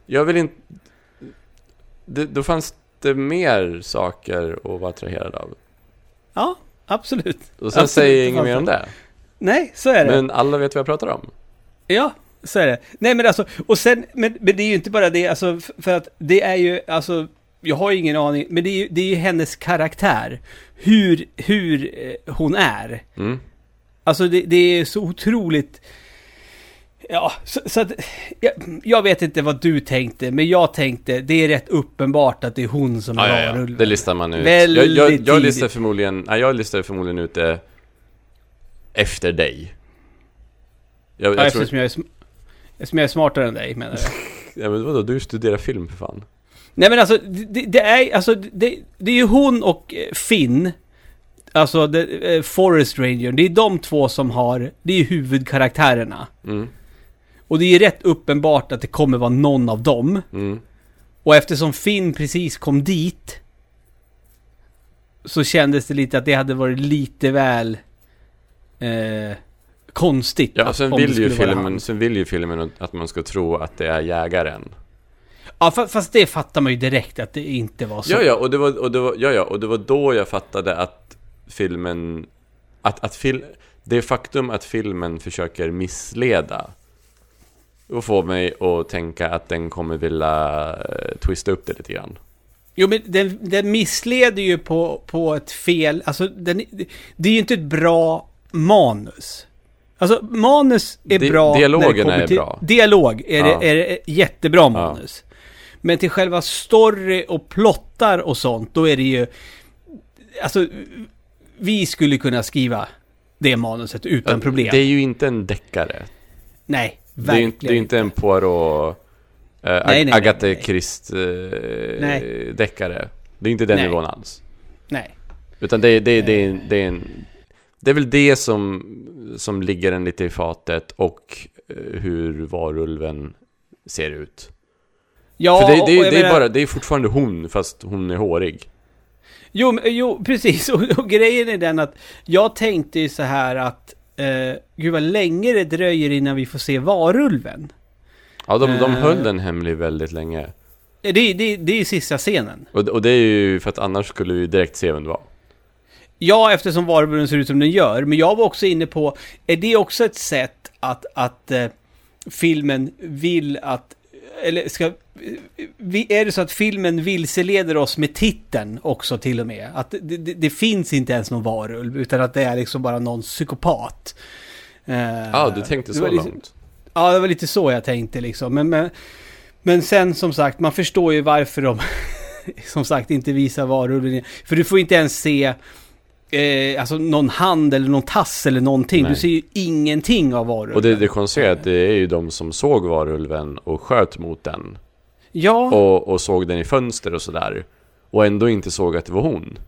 Speaker 2: Jag vill inte... Det, då fanns det mer saker att vara attraherad av.
Speaker 1: Ja, absolut.
Speaker 2: Och sen
Speaker 1: Absolut,
Speaker 2: säger jag
Speaker 1: det
Speaker 2: inget
Speaker 1: fanns
Speaker 2: mer om det.
Speaker 1: Nej, så är det.
Speaker 2: Men alla vet vad jag pratar om.
Speaker 1: Ja, så är det. Nej men alltså, och sen, men, men det är ju inte bara det, alltså, f- för att det är ju, alltså, jag har ju ingen aning, men det är ju, det är ju hennes karaktär. Hur, hur eh, hon är.
Speaker 2: Mm.
Speaker 1: Alltså det, det är så otroligt Ja, så, så att, jag, jag vet inte vad du tänkte, men jag tänkte det är rätt uppenbart att det är hon som
Speaker 2: Ja,
Speaker 1: är
Speaker 2: ja, ja.
Speaker 1: Varulven.
Speaker 2: Det listar man ut. Jag,
Speaker 1: Väldigt
Speaker 2: jag, jag listar
Speaker 1: tidigt.
Speaker 2: förmodligen, nej, jag listar förmodligen ut det efter dig. Jag,
Speaker 1: Ja,
Speaker 2: jag tror,
Speaker 1: eftersom jag, är sm- eftersom jag är smartare än dig menar jag.
Speaker 2: ja, men vadå, du studerar film för fan.
Speaker 1: Nej men alltså, det, det är alltså, det, det är ju hon och eh, Finn. Alltså, det, eh, Forest Ranger. Det är de två som har, det är ju huvudkaraktärerna.
Speaker 2: Mm,
Speaker 1: Och det är ju rätt uppenbart att det kommer vara någon av dem.
Speaker 2: mm.
Speaker 1: Och eftersom Finn precis kom dit. Så kändes det lite att det hade varit lite väl... Eh, konstigt.
Speaker 2: Ja, alltså,
Speaker 1: att-
Speaker 2: sen
Speaker 1: om det
Speaker 2: vill, ju
Speaker 1: skulle vara han.
Speaker 2: filmen, sen vill ju filmen att man ska tro att det är jägaren.
Speaker 1: Ja, fa- fast det fattar man ju direkt att det inte var så.
Speaker 2: Ja, ja, och det var, och det var, ja, ja, och det var då jag fattade att filmen... Att, att fil, det faktum att filmen försöker missleda och få mig att tänka att den kommer vilja eh, twista upp det lite grann.
Speaker 1: Jo, men den, den missleder ju på, på ett fel. Alltså, den, det är ju inte ett bra manus. Alltså, manus är
Speaker 2: Di-
Speaker 1: bra. när det
Speaker 2: dialogerna
Speaker 1: kommer
Speaker 2: är bra.
Speaker 1: Dialog är,
Speaker 2: Ja.
Speaker 1: det, är det jättebra
Speaker 2: Ja.
Speaker 1: manus. Men till själva story och plottar och sånt, då är det ju... Alltså, vi skulle kunna skriva det manuset utan problem.
Speaker 2: Det är ju inte en deckare.
Speaker 1: nej,
Speaker 2: Det är, ju
Speaker 1: verkligen.
Speaker 2: inte- det är ju inte en Poirot... Eh, Ag-
Speaker 1: nej, nej,
Speaker 2: Agathe
Speaker 1: nej. Nej.
Speaker 2: Christ-deckare. det är inte den
Speaker 1: Nej.
Speaker 2: nivån alls.
Speaker 1: Nej.
Speaker 2: Utan det, det, det,
Speaker 1: Eh.
Speaker 2: det, det, är en, det är väl det som, som ligger en lite i fatet och eh, hur varulven ser ut.
Speaker 1: Ja,
Speaker 2: För det, det,
Speaker 1: och
Speaker 2: det,
Speaker 1: jag
Speaker 2: är
Speaker 1: menar-
Speaker 2: bara, det är fortfarande hon, fast hon är hårig.
Speaker 1: Jo, men- jo precis. Och, och grejen är den att jag tänkte ju så här att eh, gud vad länge det dröjer innan vi får se varulven.
Speaker 2: Ja, de, de
Speaker 1: Eh.
Speaker 2: höll den hemlig väldigt länge.
Speaker 1: Eh, Det, det, det är ju sista scenen.
Speaker 2: Och, och det är ju för att annars skulle vi direkt se vem det var.
Speaker 1: Ja, eftersom varulven ser ut som den gör. Men jag var också inne på, är det också ett sätt att, att eh, filmen vill att eller ska, eh, vi- är det så att filmen vilseleder oss med titeln också till och med? Att det, det, det finns inte ens någon varulv, utan att det är liksom bara någon psykopat. Eh,
Speaker 2: Ja, ah, du tänkte
Speaker 1: det
Speaker 2: så
Speaker 1: var liksom-
Speaker 2: långt.
Speaker 1: Ja, det var lite så jag tänkte liksom. Men, men, men sen som sagt, man förstår ju varför de som sagt inte visar varulven. För du får inte ens se eh, alltså någon hand eller någon tass eller någonting.
Speaker 2: Nej.
Speaker 1: Du ser ju ingenting av varulven.
Speaker 2: Och det, det konstiga är att det är ju de som såg varulven och sköt mot den.
Speaker 1: Ja,
Speaker 2: Och, och såg den i fönster och sådär. Och ändå inte såg att det var hon.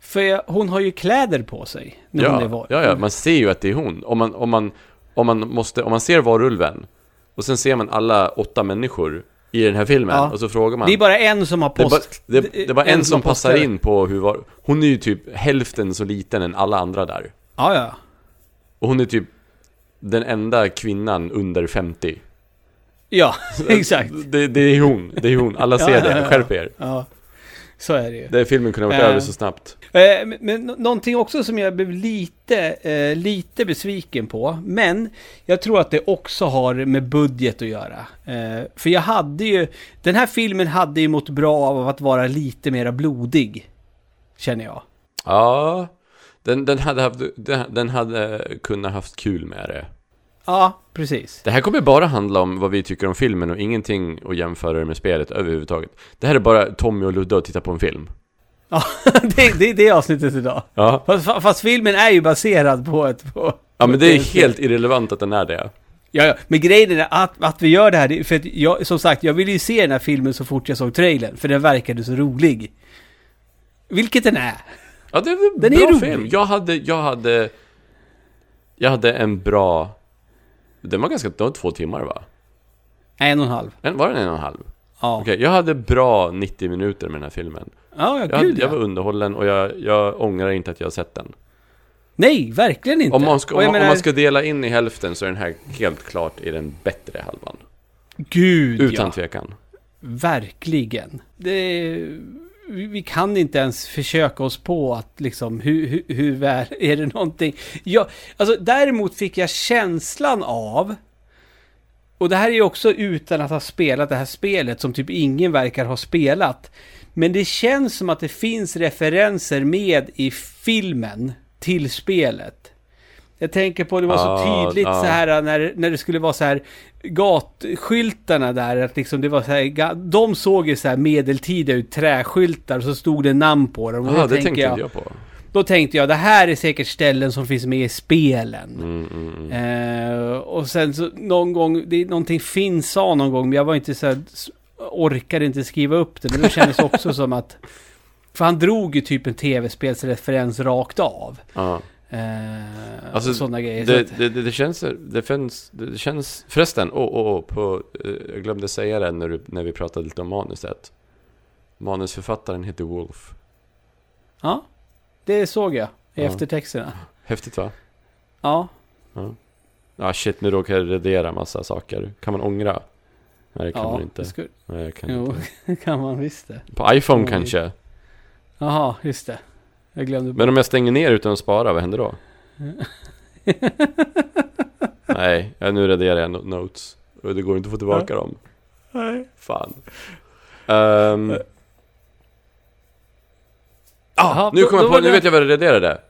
Speaker 1: för jag, hon har ju kläder på sig när hon är
Speaker 2: Ja,
Speaker 1: varulv.
Speaker 2: ja, ja, man ser ju att det är hon. Om man, om man, om man, måste, om man ser varulven och sen ser man alla åtta människor i den här filmen
Speaker 1: Ja.
Speaker 2: och så frågar man.
Speaker 1: Det är bara en som har
Speaker 2: det är bara-
Speaker 1: post...
Speaker 2: det, det är bara en som
Speaker 1: har
Speaker 2: passar
Speaker 1: postkläder.
Speaker 2: in på hur var, Hon är ju typ hälften så liten än alla andra där.
Speaker 1: Ja, ja.
Speaker 2: Och hon är typ den enda kvinnan under 50.
Speaker 1: Ja, exakt.
Speaker 2: Det, det är hon, det är hon. Alla ser
Speaker 1: Ja, ja,
Speaker 2: det,
Speaker 1: ja.
Speaker 2: skärp er.
Speaker 1: Ja, så är det ju.
Speaker 2: Den filmen kunde ha varit
Speaker 1: Äh.
Speaker 2: över så snabbt.
Speaker 1: Eh, men- Men nå- någonting också som jag blev lite, eh, lite besviken på, men jag tror att det också har med budget att göra. Eh, för jag hade ju, den här filmen hade ju mått bra av att vara lite mera blodig, känner jag.
Speaker 2: Ja, den, den, hade haft, den, den hade kunnat haft kul med det.
Speaker 1: Ja, precis.
Speaker 2: Det här kommer bara handla om vad vi tycker om filmen och ingenting att jämföra det med spelet överhuvudtaget. Det här är bara Tommy och Ludde och titta på en film.
Speaker 1: Ja, det, det är det avsnittet idag.
Speaker 2: Ja.
Speaker 1: Fast, fa- fast filmen är ju baserad på ett... På,
Speaker 2: Ja men det är helt irrelevant att den är det.
Speaker 1: Ja, ja, men grejen är att, att vi gör det här, det är för att jag, som sagt, jag ville ju se den här filmen så fort jag såg trailern, för den verkade så rolig. Vilket den är.
Speaker 2: Ja det är en
Speaker 1: Den är
Speaker 2: bra
Speaker 1: rolig.
Speaker 2: film. Jag hade, jag hade... Jag hade en bra... Den var ganska... Den var två timmar va?
Speaker 1: Nej, en och en halv.
Speaker 2: En, var den en och en halv?
Speaker 1: Ja,
Speaker 2: Okej, jag hade bra 90 minuter med den här filmen.
Speaker 1: ja, ja
Speaker 2: Jag,
Speaker 1: gud
Speaker 2: jag var
Speaker 1: ja.
Speaker 2: underhållen och jag, jag ångrar inte att jag har sett den.
Speaker 1: Nej, verkligen inte.
Speaker 2: Om man, ska,
Speaker 1: Och
Speaker 2: om,
Speaker 1: jag
Speaker 2: man, om
Speaker 1: menar,
Speaker 2: man ska dela in i hälften så är den här helt klart i den bättre halvan.
Speaker 1: Gud
Speaker 2: Utan
Speaker 1: ja.
Speaker 2: tvekan.
Speaker 1: Verkligen. Det, vi vi kan inte ens försöka oss på att liksom, hur, hur, hur väl är det någonting? Jag, alltså, däremot fick jag känslan av, och det här är ju också utan att ha spelat det här spelet som typ ingen verkar ha spelat, men det känns som att det finns referenser med i filmen till spelet. Jag tänker på, det var så
Speaker 2: Ja,
Speaker 1: tydligt
Speaker 2: ja.
Speaker 1: så här när, när det skulle vara så här gatskyltarna där. Att liksom det var så här, ga- de såg ju så här medeltida ut, träskyltar och så stod det namn på dem. Och
Speaker 2: Jaha,
Speaker 1: då
Speaker 2: det
Speaker 1: tänker
Speaker 2: tänkte
Speaker 1: jag,
Speaker 2: inte jag på.
Speaker 1: Då tänkte jag, det här är säkert ställen som finns med i spelen.
Speaker 2: Mm, mm, mm.
Speaker 1: Eh, och sen så någon gång, det är någonting Finn sa någon gång, men jag var inte så här, s- orkade inte skriva upp det. Men det kändes också som att, för han drog ju typ en tv-spelsreferens rakt av.
Speaker 2: Ja.
Speaker 1: Eh,
Speaker 2: Alltså,
Speaker 1: och sådana grejer. så
Speaker 2: Det,
Speaker 1: att,
Speaker 2: det, det, det, känns, det, finns, det det känns... Förresten, åh, åh, åh, på, eh, jag glömde säga det när, du, när vi pratade lite om manuset. Manusförfattaren heter Wolf.
Speaker 1: ja, det såg jag i
Speaker 2: Ja.
Speaker 1: eftertexterna.
Speaker 2: Häftigt va?
Speaker 1: Ja,
Speaker 2: Ah shit, nu råkar jag radera massa saker. Kan man ångra? Nej, det kan
Speaker 1: ja,
Speaker 2: man inte.
Speaker 1: det skulle-
Speaker 2: Nej, jag kan
Speaker 1: jo,
Speaker 2: inte.
Speaker 1: kan man visst det.
Speaker 2: På iPhone
Speaker 1: Oj.
Speaker 2: kanske?
Speaker 1: Jaha, just det. Jag glömde
Speaker 2: Men om jag stänger ner utan att spara, vad händer då? Nej, ja, nu raderar jag no- notes. Och det går inte att få tillbaka dem.
Speaker 1: Nej. Eh.
Speaker 2: Fan. Ehm,
Speaker 1: Ah,
Speaker 2: nu kommer jag på, nu vet jag vad jag raderade.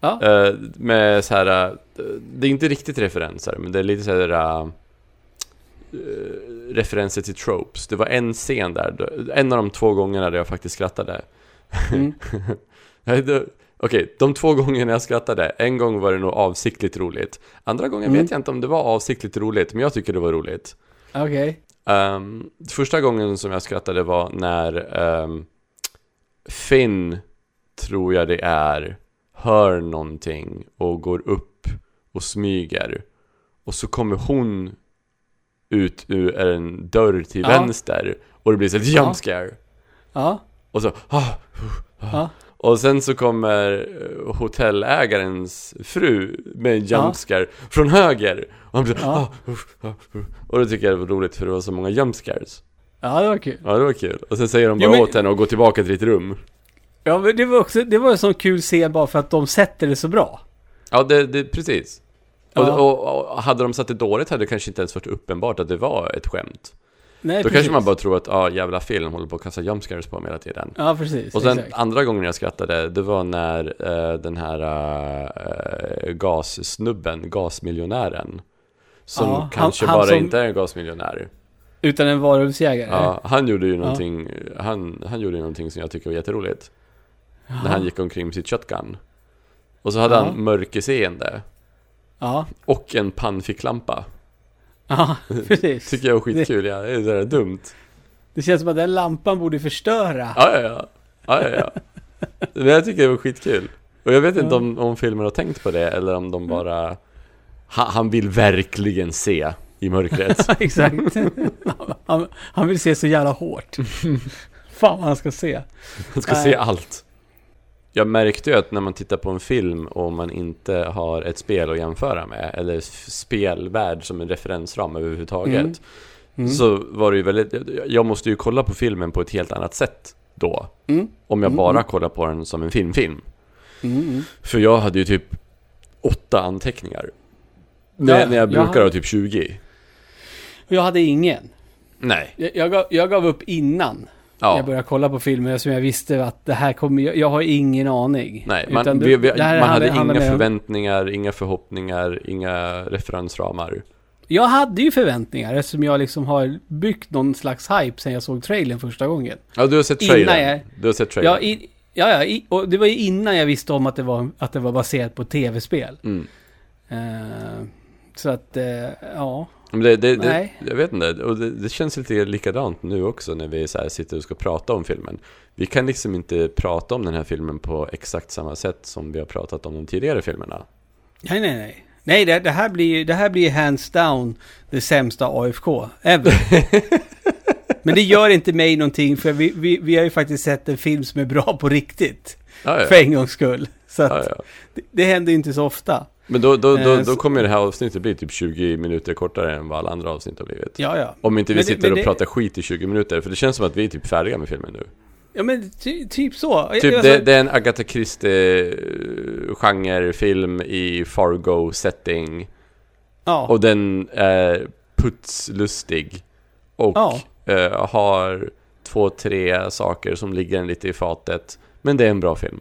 Speaker 1: Ja.
Speaker 2: Eh, med så här, eh, det är inte riktigt referenser, men det är lite så här... eh, eh, referenser till tropes. Det var en scen där, då- en av de två gångerna där jag faktiskt skrattade.
Speaker 1: Mm.
Speaker 2: Nej, det- Okej, de två gångerna jag skrattade, en gång var det nog avsiktligt roligt. Andra gången
Speaker 1: Mm.
Speaker 2: vet jag inte om det var avsiktligt roligt, men jag tycker det var roligt.
Speaker 1: Okej.
Speaker 2: Ehm, första gången som jag skrattade var när ehm, Finn, tror jag det är, hör någonting och går upp och smyger. Och så kommer hon ut ur en dörr till
Speaker 1: Ja.
Speaker 2: vänster och det blir så här
Speaker 1: Ja.
Speaker 2: jump scare.
Speaker 1: Ja,
Speaker 2: Och så, ah,
Speaker 1: ja.
Speaker 2: och sen så kommer eh, hotellägarens fru med en jumpscare från höger. Och, han blir,
Speaker 1: Ja.
Speaker 2: ah, uff, ah, uff. och det tycker jag det var roligt för det var så många jumpscares.
Speaker 1: ja, det var kul.
Speaker 2: Ja, det var kul. Och sen säger de
Speaker 1: Jo,
Speaker 2: bara
Speaker 1: men-
Speaker 2: åt henne och gå tillbaka till ditt rum.
Speaker 1: Ja, men det var också, det var en sån kul scen bara för att de sätter det så bra.
Speaker 2: Ja, det, det, precis.
Speaker 1: Ja.
Speaker 2: Och, och, och hade de satt det dåligt hade det kanske inte ens varit uppenbart att det var ett skämt.
Speaker 1: Nej,
Speaker 2: Då kanske man bara tror att, ah, jävla film håller på att kasta jumpscares på mig hela tiden.
Speaker 1: Ja, precis.
Speaker 2: Och sen
Speaker 1: exakt.
Speaker 2: andra gången jag skrattade, det var när eh, den här eh, gassnubben, gasmiljonären, som
Speaker 1: Ja, han-
Speaker 2: kanske
Speaker 1: han
Speaker 2: bara
Speaker 1: som- Eh.
Speaker 2: inte är en gasmiljonär.
Speaker 1: Utan en varulvsjägare.
Speaker 2: Ja, han gjorde ju någonting, han, han gjorde ju någonting som jag tycker var jätteroligt. När han gick omkring med sitt shotgun. Och så hade
Speaker 1: Ja.
Speaker 2: han mörkerseende.
Speaker 1: Ja,
Speaker 2: Och en pannficklampa.
Speaker 1: ja precis.
Speaker 2: Tycker jag var skitkul, ja. Det är sådär dumt.
Speaker 1: Det känns som att den lampan borde förstöra.
Speaker 2: Ja, ja, ja. ja, ja, ja. Men jag tycker det var skitkul. Och jag vet inte
Speaker 1: Ja. Mm.
Speaker 2: om, om filmen har tänkt på det eller om de bara... Han, han vill verkligen se i mörkret.
Speaker 1: exakt. han, han vill se så jävla hårt. Fan vad han ska se.
Speaker 2: Han ska
Speaker 1: Nej.
Speaker 2: se allt. Jag märkte ju att när man tittar på en film och man inte har ett spel att jämföra med eller f- spelvärld som en referensram överhuvudtaget
Speaker 1: Mm. Mm.
Speaker 2: så var det ju väldigt... jag- Jag måste ju kolla på filmen på ett helt annat sätt då.
Speaker 1: Mm.
Speaker 2: Om jag
Speaker 1: Mm,
Speaker 2: bara
Speaker 1: mm.
Speaker 2: kollar på den som en filmfilm.
Speaker 1: Mm, mm.
Speaker 2: För jag hade ju typ åtta anteckningar. När,
Speaker 1: Ja,
Speaker 2: när jag
Speaker 1: jag
Speaker 2: brukar
Speaker 1: hade-
Speaker 2: ha typ 20.
Speaker 1: Och Jag hade ingen.
Speaker 2: Nej.
Speaker 1: Jag, jag, gav, jag gav upp innan
Speaker 2: Ja.
Speaker 1: jag började kolla på filmer som jag visste att det här kommer... Jag, jag har ingen aning.
Speaker 2: Nej, man,
Speaker 1: Utan det-
Speaker 2: vi, vi,
Speaker 1: det här
Speaker 2: man hade
Speaker 1: handlar- handlar
Speaker 2: inga
Speaker 1: mer om-
Speaker 2: förväntningar, inga förhoppningar, inga referensramar.
Speaker 1: Jag hade ju förväntningar eftersom jag liksom har byggt någon slags hype sen jag såg trailern första gången.
Speaker 2: Ja, du har sett
Speaker 1: Innan
Speaker 2: trailern.
Speaker 1: jag-
Speaker 2: Du har sett trailern.
Speaker 1: Ja, i, ja, ja i, och det var ju innan jag visste om att det var, att det var baserat på ett tv-spel.
Speaker 2: Mm.
Speaker 1: Eh, så att, eh, ja.
Speaker 2: Men det, det, det,
Speaker 1: Nej.
Speaker 2: jag vet inte, och det, det känns lite likadant nu också när vi så här sitter och ska prata om filmen. Vi kan liksom inte prata om den här filmen på exakt samma sätt som vi har pratat om de tidigare filmerna.
Speaker 1: Nej, nej, nej. Nej, det, det här blir ju- det här blir ju hands down det sämsta AFK ever. Men det gör inte mig någonting för vi, vi, vi har ju faktiskt sett en film som är bra på riktigt.
Speaker 2: Ja, ja.
Speaker 1: För en gångs skull. Så
Speaker 2: Ja,
Speaker 1: att,
Speaker 2: ja.
Speaker 1: det, det händer ju inte så ofta.
Speaker 2: Men då, då, då,
Speaker 1: Eh,
Speaker 2: då
Speaker 1: så-
Speaker 2: kommer det här avsnittet bli typ 20 minuter kortare än vad alla andra avsnitt har blivit.
Speaker 1: Ja, ja.
Speaker 2: Om inte vi
Speaker 1: Men det-
Speaker 2: sitter
Speaker 1: men
Speaker 2: och
Speaker 1: det-
Speaker 2: pratar skit i 20 minuter, för det känns som att vi är typ färdiga med filmen nu.
Speaker 1: Ja, men ty, typ så. Jag-
Speaker 2: Typ,
Speaker 1: jag-
Speaker 2: det, det är en Agatha Christie-genrefilm i Fargo-setting.
Speaker 1: ja.
Speaker 2: Och den är putslustig. Och
Speaker 1: Ja.
Speaker 2: eh, har två, tre saker som ligger en lite i fatet. Men det är en bra film.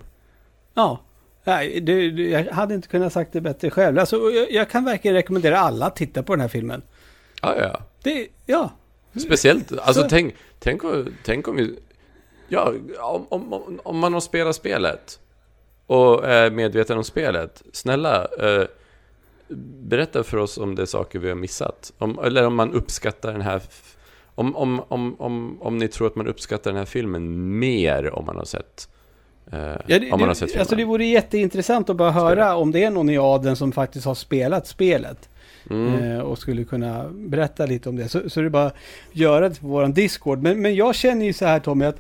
Speaker 1: Ja. Nej, du, du, jag hade inte kunnat sagt det bättre själv. Alltså, jag, jag kan verkligen rekommendera alla att titta på den här filmen.
Speaker 2: Ja, ja.
Speaker 1: Det, ja,
Speaker 2: Speciellt, alltså
Speaker 1: Så-
Speaker 2: tänk, tänk, om- tänk om vi... Ja, om, om, om- om man har spelat spelet och är medveten om spelet, snälla eh, berätta för oss om det är saker vi har missat. Om, eller om man uppskattar den här... f- Om, om, om, om, om ni tror att man uppskattar den här filmen mer om man har sett... Eh,
Speaker 1: Ja, det,
Speaker 2: om man har
Speaker 1: det,
Speaker 2: sett filmen.
Speaker 1: alltså det vore jätteintressant att bara höra om det är någon i adeln som faktiskt har spelat spelet.
Speaker 2: mm.
Speaker 1: Eh, och skulle kunna berätta lite om det. Så, så det är bara att göra det på våran Discord. Men, men jag känner ju så här Tommy att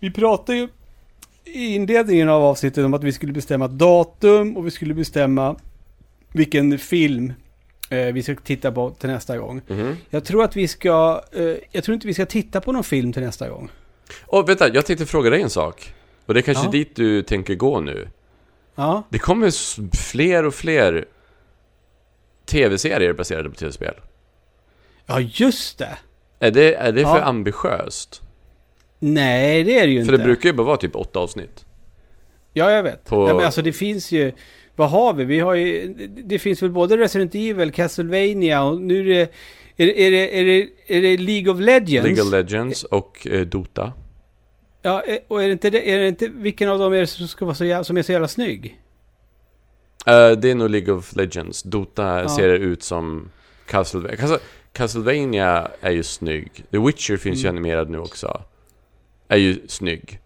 Speaker 1: vi pratade ju i inledningen av avsnittet om att vi skulle bestämma ett datum och vi skulle bestämma vilken film eh, vi ska titta på till nästa gång.
Speaker 2: Mhm.
Speaker 1: Jag tror att vi ska, eh, jag tror inte vi ska titta på någon film till nästa gång.
Speaker 2: Och vänta, jag tänkte fråga dig en sak. Och det är kanske
Speaker 1: Ja.
Speaker 2: dit du tänker gå nu.
Speaker 1: Ja,
Speaker 2: Det kommer s- fler och fler tv-serier baserade på tv-spel.
Speaker 1: ja just det.
Speaker 2: Är det, är det för
Speaker 1: Ja.
Speaker 2: ambitiöst?
Speaker 1: Nej, det är det ju
Speaker 2: För
Speaker 1: inte.
Speaker 2: det brukar ju bara vara typ åtta avsnitt.
Speaker 1: Ja, jag vet.
Speaker 2: På-
Speaker 1: Ja, men alltså det finns ju... Vad har vi? Vi har ju... Det finns väl både Resident Evil, Castlevania och nu är det... Är, det- är, det, är, det, är det League of Legends?
Speaker 2: League of Legends och eh, Dota.
Speaker 1: ja, eh, och är det, inte, det- är det inte... Vilken av dem är det som, ska vara så jävla, som är så jävla snygg?
Speaker 2: Eh, det är nog League of Legends. Dota
Speaker 1: Ja.
Speaker 2: ser ut som Castlevania. Castle- Castlevania är ju snygg. The Witcher finns ju
Speaker 1: Mm.
Speaker 2: animerad nu också. Är ju snygg.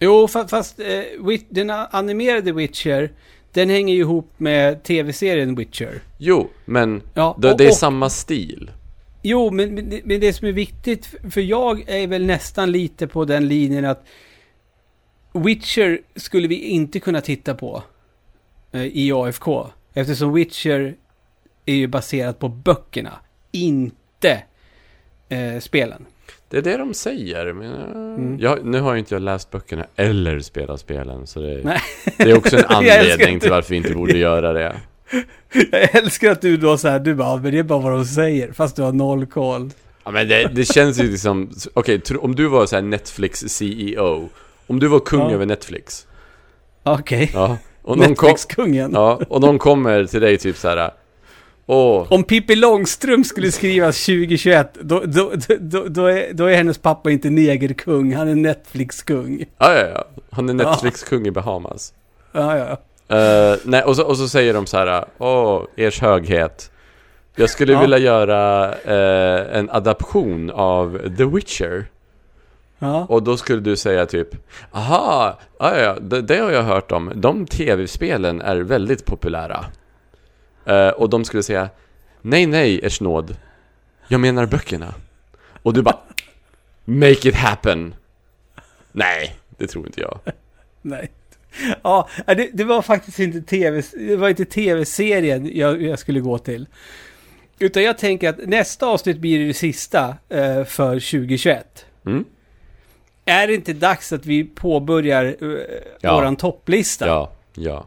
Speaker 1: Jo, fast, fast eh, Wit- den animerade Witcher, den hänger ju ihop med tv-serien Witcher.
Speaker 2: Jo, men
Speaker 1: Ja,
Speaker 2: det,
Speaker 1: och-
Speaker 2: det är
Speaker 1: och-
Speaker 2: samma stil.
Speaker 1: Jo, men, men, det, men det som är viktigt, för jag är väl nästan lite på den linjen att Witcher skulle vi inte kunna titta på eh, i AFK. Eftersom Witcher är ju baserat på böckerna, inte eh, spelen.
Speaker 2: Det är det de säger. Men, eh,
Speaker 1: Mm.
Speaker 2: jag, nu har ju inte jag läst böckerna eller spelat spelen, så det,
Speaker 1: Nej.
Speaker 2: det är också en
Speaker 1: Jag älskar
Speaker 2: anledning
Speaker 1: inte-
Speaker 2: till varför vi inte borde göra det.
Speaker 1: Jag älskar att du då så här, du bara, "Ja, men det är bara vad de säger, fast du har noll koll.
Speaker 2: Ja, men det, det känns ju liksom... Okej, tro- om du var så här Netflix CEO, om du var kung
Speaker 1: Ja.
Speaker 2: över Netflix,
Speaker 1: Okej,
Speaker 2: ja, och, någon kom,
Speaker 1: Netflix-kungen.
Speaker 2: ja, och någon kommer till dig typ så här... Åh,
Speaker 1: Om Pippi Långstrump skulle skrivas 2021, då, då, då, då, då, är, då är hennes pappa inte negerkung, han är Netflix-kung.
Speaker 2: ja, ja, ja, han är Netflix-kung i Bahamas.
Speaker 1: Ja, ja, ja.
Speaker 2: Eh, nej, och så, och så säger de så här, åh, ers höghet. Jag skulle
Speaker 1: Ja.
Speaker 2: vilja göra eh, en adaption av The Witcher.
Speaker 1: ja.
Speaker 2: Och då skulle du säga typ, aha, ja, ja, det, det har jag hört om. De tv-spelen är väldigt populära. Eh, och de skulle säga, nej, nej, ers nåd. Jag menar böckerna. Och du bara, make it happen. Nej, det tror inte jag.
Speaker 1: Nej. Ja, nej, det, det var faktiskt inte tv, det var inte tv-serien jag, jag skulle gå till. Utan jag tänker att nästa avsnitt blir det sista eh, för 2021.
Speaker 2: Mm?
Speaker 1: Är det inte dags att vi påbörjar eh,
Speaker 2: Ja.
Speaker 1: våran topplista?
Speaker 2: Ja, ja,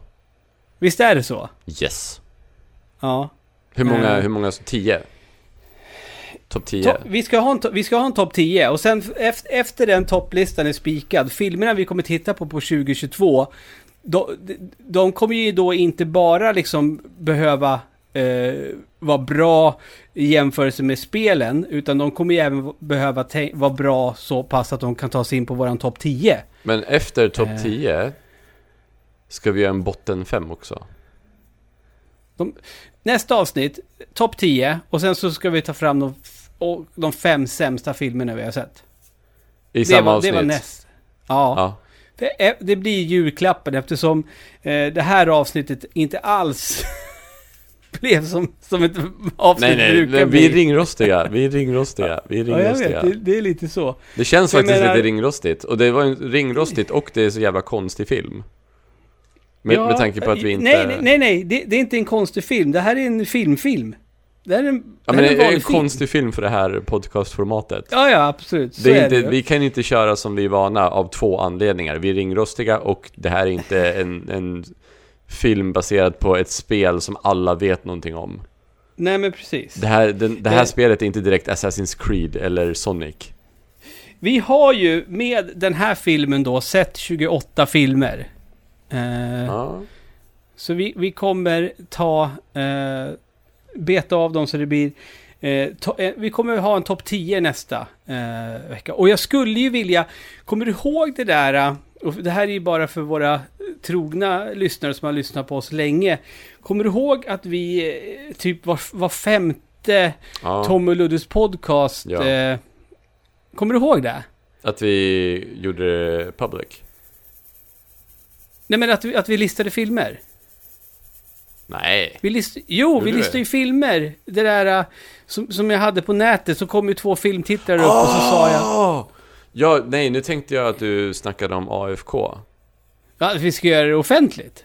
Speaker 1: Visst är det så?
Speaker 2: yes.
Speaker 1: Ja.
Speaker 2: Hur många,
Speaker 1: Eh.
Speaker 2: hur många, tio? Topp tio?
Speaker 1: To- vi ska ha en to- vi ska ha en topp 10 och sen efter, efter den topplistan är spikad, filmerna vi kommer titta på på 2022, då, de, de kommer ju då inte bara liksom behöva eh, vara bra i jämförelse med spelen, utan de kommer ju även behöva tän- vara bra så pass att de kan ta sig in på våran topp 10.
Speaker 2: Men efter topp
Speaker 1: Eh.
Speaker 2: 10 ska vi göra en botten fem också.
Speaker 1: Nästa avsnitt, topp 10, och sen så ska vi ta fram de, f- och de fem sämsta filmerna vi har sett.
Speaker 2: I samma
Speaker 1: var,
Speaker 2: avsnitt.
Speaker 1: Det var näst. Ja.
Speaker 2: Ja.
Speaker 1: Det, är- det blir julklappen eftersom eh, det här avsnittet inte alls blev som, som ett
Speaker 2: Nej,
Speaker 1: avsnitt
Speaker 2: nej,
Speaker 1: brukar
Speaker 2: nej, vi
Speaker 1: bli.
Speaker 2: är ringrostiga. Vi är ringrostiga. Vi är
Speaker 1: ja, jag
Speaker 2: ringrostiga.
Speaker 1: vet, det, det är lite så.
Speaker 2: Det känns
Speaker 1: Jag
Speaker 2: faktiskt
Speaker 1: menar-
Speaker 2: lite ringrostigt. Och det var en ringrostigt och det är så jävla konstig film. Med,
Speaker 1: Ja, eh,
Speaker 2: med tanke på att vi inte...
Speaker 1: Nej, nej, nej, nej det, det är inte en konstig film. Det här är en filmfilm. Det här är en,
Speaker 2: Ja,
Speaker 1: det
Speaker 2: men
Speaker 1: här är
Speaker 2: det är en
Speaker 1: vanlig film.
Speaker 2: konstig film för det här podcastformatet.
Speaker 1: Ja, ja, absolut. Så
Speaker 2: Det är inte,
Speaker 1: det.
Speaker 2: vi kan inte köra som vi är vana av två anledningar. Vi är ringrostiga och det här är inte en, en film baserad på ett spel som alla vet någonting om.
Speaker 1: Nej, men precis.
Speaker 2: Det här, den, det här
Speaker 1: Det-
Speaker 2: spelet är inte direkt Assassin's Creed eller Sonic.
Speaker 1: Vi har ju med den här filmen då sett 28 filmer. Eh,
Speaker 2: Ja.
Speaker 1: Så vi, vi kommer ta, eh, beta av dem så det blir, eh, to, eh, vi kommer ha en topp 10 nästa eh, vecka. Och jag skulle ju vilja, kommer du ihåg det där, eh, och det här är ju bara för våra trogna lyssnare som har lyssnat på oss länge. Kommer du ihåg att vi eh, typ var, var femte
Speaker 2: Ja,
Speaker 1: Tom och Luddes podcast,
Speaker 2: Ja.
Speaker 1: eh, kommer du ihåg det?
Speaker 2: att vi gjorde det public.
Speaker 1: Nej men att vi, att vi listade filmer.
Speaker 2: Nej.
Speaker 1: Vi list, jo,
Speaker 2: Gjorde
Speaker 1: vi
Speaker 2: du
Speaker 1: listade
Speaker 2: det?
Speaker 1: ju filmer. Det där eh, som, som jag hade på nätet, så kom ju två filmtittare upp och så sa jag
Speaker 2: Ah! Ja, nej, nu tänkte jag att du snackade om AFK. Ah!
Speaker 1: "Ja, att vi ska göra det offentligt.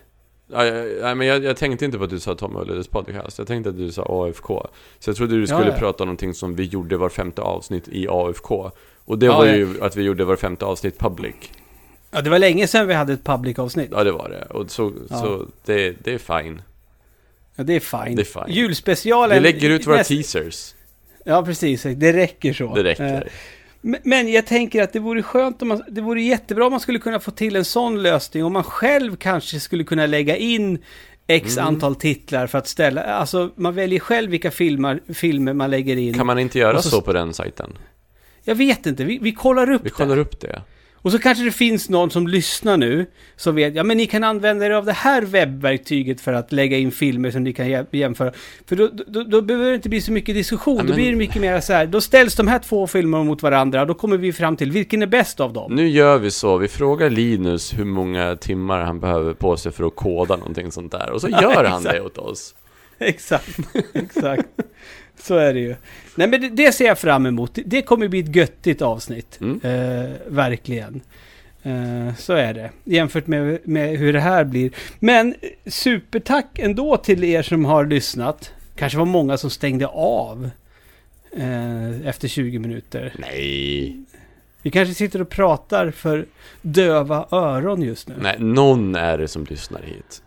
Speaker 2: Ja, ja, ja, men jag, jag tänkte inte på att du sa Tom Möllers podcast. Jag tänkte att du sa AFK. Så jag trodde du
Speaker 1: Ja,
Speaker 2: skulle
Speaker 1: ja.
Speaker 2: prata om någonting som vi gjorde var femte avsnitt i AFK. Och det
Speaker 1: Ja,
Speaker 2: var
Speaker 1: ja.
Speaker 2: ju att vi gjorde var femte avsnitt public.
Speaker 1: Ja, det var länge sedan vi hade ett public-avsnitt.
Speaker 2: Ja, det var det. Och så,
Speaker 1: Ja.
Speaker 2: så det, det är fine.
Speaker 1: Ja, det är fine.
Speaker 2: Det är fine.
Speaker 1: Julspecialen.
Speaker 2: Vi lägger ut våra
Speaker 1: näst-
Speaker 2: teasers.
Speaker 1: Ja, precis. Det räcker så.
Speaker 2: Det
Speaker 1: Eh,
Speaker 2: räcker.
Speaker 1: Men- Men jag tänker att det vore skönt om man, det vore jättebra om man skulle kunna få till en sån lösning. Om man själv kanske skulle kunna lägga in x
Speaker 2: Mm.
Speaker 1: antal titlar för att ställa, alltså man väljer själv vilka filmer, filmer man lägger in.
Speaker 2: Kan man inte göra
Speaker 1: Eh, Och så-
Speaker 2: så, på den sajten?
Speaker 1: Jag vet inte, vi, vi kollar upp
Speaker 2: Vi
Speaker 1: det.
Speaker 2: kollar upp det.
Speaker 1: Och så kanske det finns någon som lyssnar nu som vet, ja men ni kan använda er av det här webbverktyget för att lägga in filmer som ni kan jä- jämföra. För då, då, då behöver det inte bli så mycket diskussion,
Speaker 2: Ja,
Speaker 1: då
Speaker 2: men-
Speaker 1: blir det mycket mer så här, då ställs de här två filmerna mot varandra och då kommer vi fram till vilken är bäst av dem.
Speaker 2: Nu gör vi så. Vi frågar Linus hur många timmar han behöver på sig för att koda någonting sånt där. Och så
Speaker 1: Ja,
Speaker 2: gör han
Speaker 1: exakt.
Speaker 2: det åt oss.
Speaker 1: Exakt, exakt. Så är det ju. Nej men det, det ser jag fram emot. Det, det kommer bli ett göttigt avsnitt.
Speaker 2: Mm.
Speaker 1: Eh, verkligen. Eh, så är det. Jämfört med, med hur det här blir. Men eh, supertack ändå till er som har lyssnat. Kanske var många som stängde av. eh, Efter 20 minuter.
Speaker 2: Nej.
Speaker 1: Vi kanske sitter och pratar för döva öron just nu.
Speaker 2: Nej, någon är det som lyssnar hit.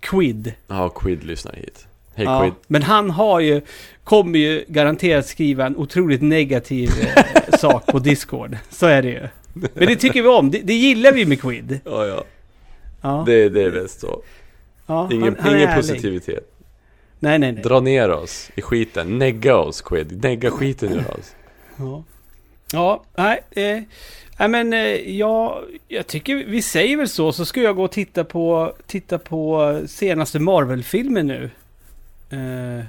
Speaker 1: Quid.
Speaker 2: Ja, Quid lyssnar hit. Hej
Speaker 1: Ja,
Speaker 2: Quid.
Speaker 1: men han har ju, kommer ju garanterat skriva en otroligt negativ eh, sak på Discord. Så är det ju. Men det tycker vi om. Det, det gillar vi med Quid.
Speaker 2: Ja, ja.
Speaker 1: Ja,
Speaker 2: Det, det är bäst så.
Speaker 1: ja,
Speaker 2: Ingen,
Speaker 1: han- han är
Speaker 2: ingen
Speaker 1: ärlig.
Speaker 2: positivitet.
Speaker 1: Nej, nej, nej.
Speaker 2: Dra ner oss i skiten. Negga oss Quid. Negga skiten ur oss.
Speaker 1: Ja, ja nej. Eh, nej, men eh, jag, jag tycker vi säger väl så. Så ska jag gå och titta på, titta på senaste Marvel-filmen nu. Eh,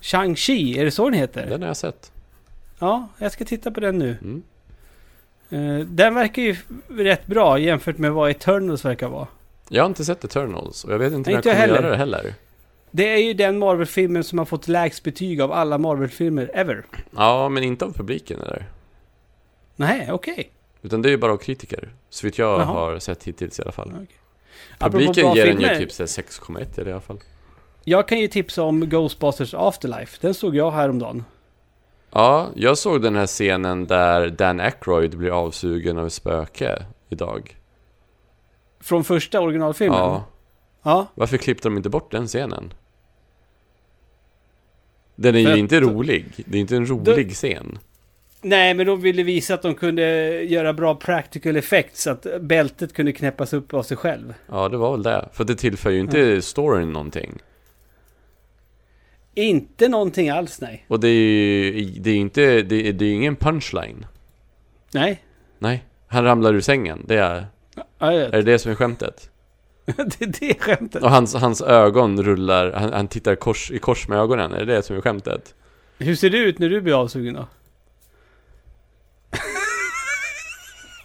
Speaker 1: Shang-Chi, är det så den heter?
Speaker 2: Den har jag sett.
Speaker 1: Ja, jag ska titta på den nu.
Speaker 2: Mm.
Speaker 1: Eh, den verkar ju f- rätt bra jämfört med vad Eternals verkar vara.
Speaker 2: Jag har inte sett Eternals och jag vet inte
Speaker 1: Nej,
Speaker 2: när jag
Speaker 1: inte jag
Speaker 2: kommer
Speaker 1: heller.
Speaker 2: göra det heller.
Speaker 1: Det är ju den Marvel-filmen som har fått lägst betyg av alla Marvel-filmer ever.
Speaker 2: Ja, men inte av publiken eller?
Speaker 1: Nej, okej.
Speaker 2: Utan det är ju bara av kritiker. Så vitt jag
Speaker 1: Jaha.
Speaker 2: har sett hittills i alla fall.
Speaker 1: Okej. Apropå
Speaker 2: Publiken
Speaker 1: bra
Speaker 2: ger den
Speaker 1: filmer.
Speaker 2: ju typ så här 6,1 i alla fall.
Speaker 1: Jag kan ju tipsa om Ghostbusters Afterlife. Den såg jag häromdagen.
Speaker 2: Ja, jag såg den här scenen där Dan Aykroyd blir avsugen av ett spöke idag.
Speaker 1: Från första originalfilmen?
Speaker 2: Ja.
Speaker 1: ja.
Speaker 2: Varför klippte de inte bort den scenen? Den är ju
Speaker 1: För att-
Speaker 2: inte rolig. Det är inte en rolig scen.
Speaker 1: Nej, men de ville visa att de kunde göra bra practical effects. Så att bältet kunde knäppas upp av sig själv.
Speaker 2: Ja, det var väl det. För det tillför ju inte
Speaker 1: Mm.
Speaker 2: storyn någonting.
Speaker 1: Inte någonting alls, nej.
Speaker 2: Och det är ju det är ju inte, det är, det är ju ingen punchline.
Speaker 1: Nej.
Speaker 2: Nej, han ramlar ur sängen. Det är,
Speaker 1: Ja, jag
Speaker 2: är det
Speaker 1: vet.
Speaker 2: det som är skämtet?
Speaker 1: det är det skämtet.
Speaker 2: Och hans, hans ögon rullar, han, han tittar kors, i kors med ögonen. Är det det som är skämtet?
Speaker 1: Hur ser det ut när du blir avsugen då?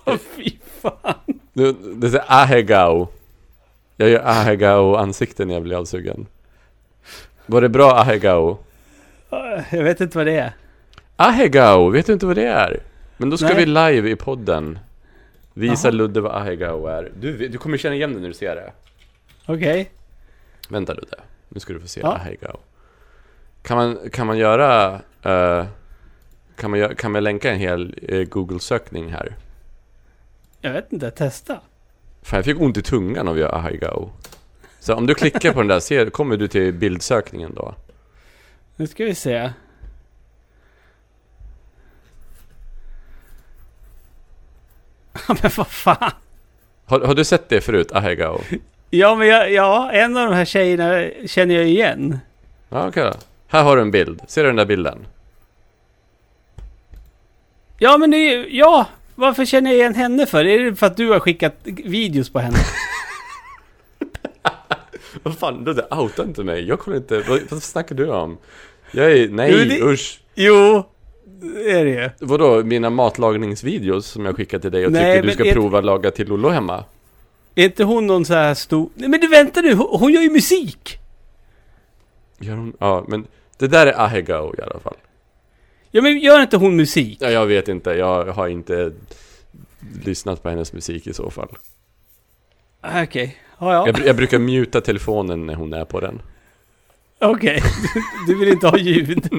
Speaker 1: Åh fy fan.
Speaker 2: Nu, Det är ahegao. Jag gör ahegao-ansikten när jag blir avsugen. Var det bra ahegao?
Speaker 1: Jag vet inte vad det är.
Speaker 2: Ahegao, vet du inte vad det är? Men då ska
Speaker 1: Nej.
Speaker 2: vi live i podden Visa
Speaker 1: Jaha.
Speaker 2: Ludde vad ahegao är du, vet- du kommer känna igen det när du ser det
Speaker 1: Okej.
Speaker 2: Vänta Ludde, nu ska du få se
Speaker 1: Ja.
Speaker 2: ahegao Kan man, kan man göra eh, kan, man, gö- kan man länka en hel eh, Google-sökning här?
Speaker 1: Jag vet inte, testa.
Speaker 2: Fan jag fick ont i tungan av att göra ahegao Så om du klickar på den där, ser, kommer du till bildsökningen då?
Speaker 1: Nu ska vi se. Ja, Men vad fan.
Speaker 2: Har, har du sett det förut, ahegao?
Speaker 1: Ja, men jag, ja, en av de här tjejerna känner jag igen.
Speaker 2: Ja, okej då. Här har du en bild. Ser du den där bilden?
Speaker 1: Ja, men det är ju- Ja! Varför känner jag igen henne för? Är det för att du har skickat videos på henne?
Speaker 2: Vad fan, du där outar inte mig. Jag kollar inte. Vad, vad snackar du om? Jag är... Nej,
Speaker 1: Jo, det-
Speaker 2: usch.
Speaker 1: jo! Det är det ju.
Speaker 2: Vadå, mina matlagningsvideos som jag skickar till dig och
Speaker 1: Nej,
Speaker 2: tycker du
Speaker 1: men
Speaker 2: ska
Speaker 1: det-
Speaker 2: prova att laga till Lollo hemma?
Speaker 1: Är inte hon någon så här stor... Nej men du vänta nu! Hon, hon gör ju musik!
Speaker 2: Gör hon... Ja, men det där är Ahegao i alla fall.
Speaker 1: Ja men gör inte hon musik?
Speaker 2: Ja, jag vet inte. Jag har inte lyssnat på hennes musik i så fall.
Speaker 1: Ah, Okej. Ja, ja.
Speaker 2: Jag, jag brukar muta telefonen när hon är på den.
Speaker 1: Okej. Du vill inte ha ljud.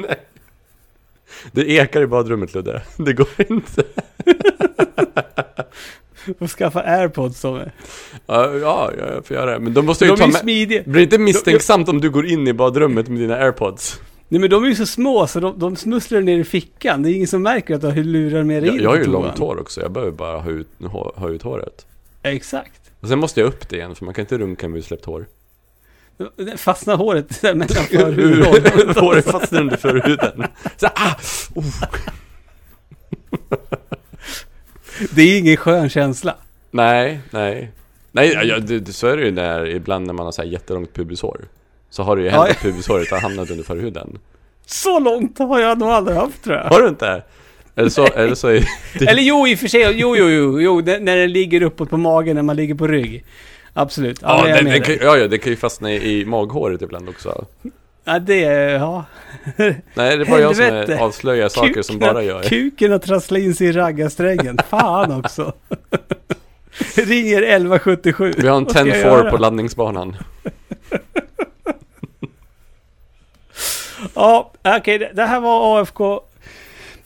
Speaker 2: Det ekar i badrummet Ludde. Det går inte.
Speaker 1: Och skaffa airpods av mig.
Speaker 2: Ja, ja, jag får göra det. Men de måste
Speaker 1: De
Speaker 2: ju ta
Speaker 1: är ju
Speaker 2: med...
Speaker 1: smidiga.
Speaker 2: Blir det inte misstänksamt om du går in i badrummet med dina airpods?
Speaker 1: Nej men de är ju så små så de, de smusslar ner i fickan. Det är ingen som märker att du har lurar med dig
Speaker 2: Jag,
Speaker 1: in
Speaker 2: jag har
Speaker 1: på
Speaker 2: ju
Speaker 1: toan.
Speaker 2: långt hår också, jag behöver bara ha ut, ha, ha ut håret.
Speaker 1: Exakt.
Speaker 2: Och sen måste jag upp det igen, för man kan inte runka med utsläppt hår.
Speaker 1: Det Fastnar håret där mellan förhuden och
Speaker 2: Håret fastnar under förhuden. Så, ah! oh.
Speaker 1: Det är ingen skön känsla.
Speaker 2: Nej, nej. Nej, ja, ja, det, det, så är det ju när, ibland när man har så här jättelångt pubishår. Så har det ju hänt
Speaker 1: Ja,
Speaker 2: att pubishåret har hamnat under förhuden.
Speaker 1: Så långt har jag nog aldrig haft tror jag.
Speaker 2: Har du inte? Eller så, eller så är det...
Speaker 1: Eller jo i och för sig, jo jo jo, jo när när den ligger uppåt på magen när man ligger på rygg. Absolut. Ja,
Speaker 2: Ja,
Speaker 1: men jag
Speaker 2: det,
Speaker 1: är med
Speaker 2: det
Speaker 1: dig.
Speaker 2: kan, ja, ja, det kan ju fastna i, i maghåret ibland också.
Speaker 1: Ja, det är... Ja.
Speaker 2: Nej, det är bara jag som
Speaker 1: Helvete.
Speaker 2: är- avslöjar saker som bara jag är.
Speaker 1: Kuken har trasslat in sig i raggarsträngen. Fan också. Ringer 1177.
Speaker 2: Vi har en
Speaker 1: Vad ska jag
Speaker 2: 10-4
Speaker 1: göra?
Speaker 2: på landningsbanan.
Speaker 1: Ja, okej. det- det här var AFK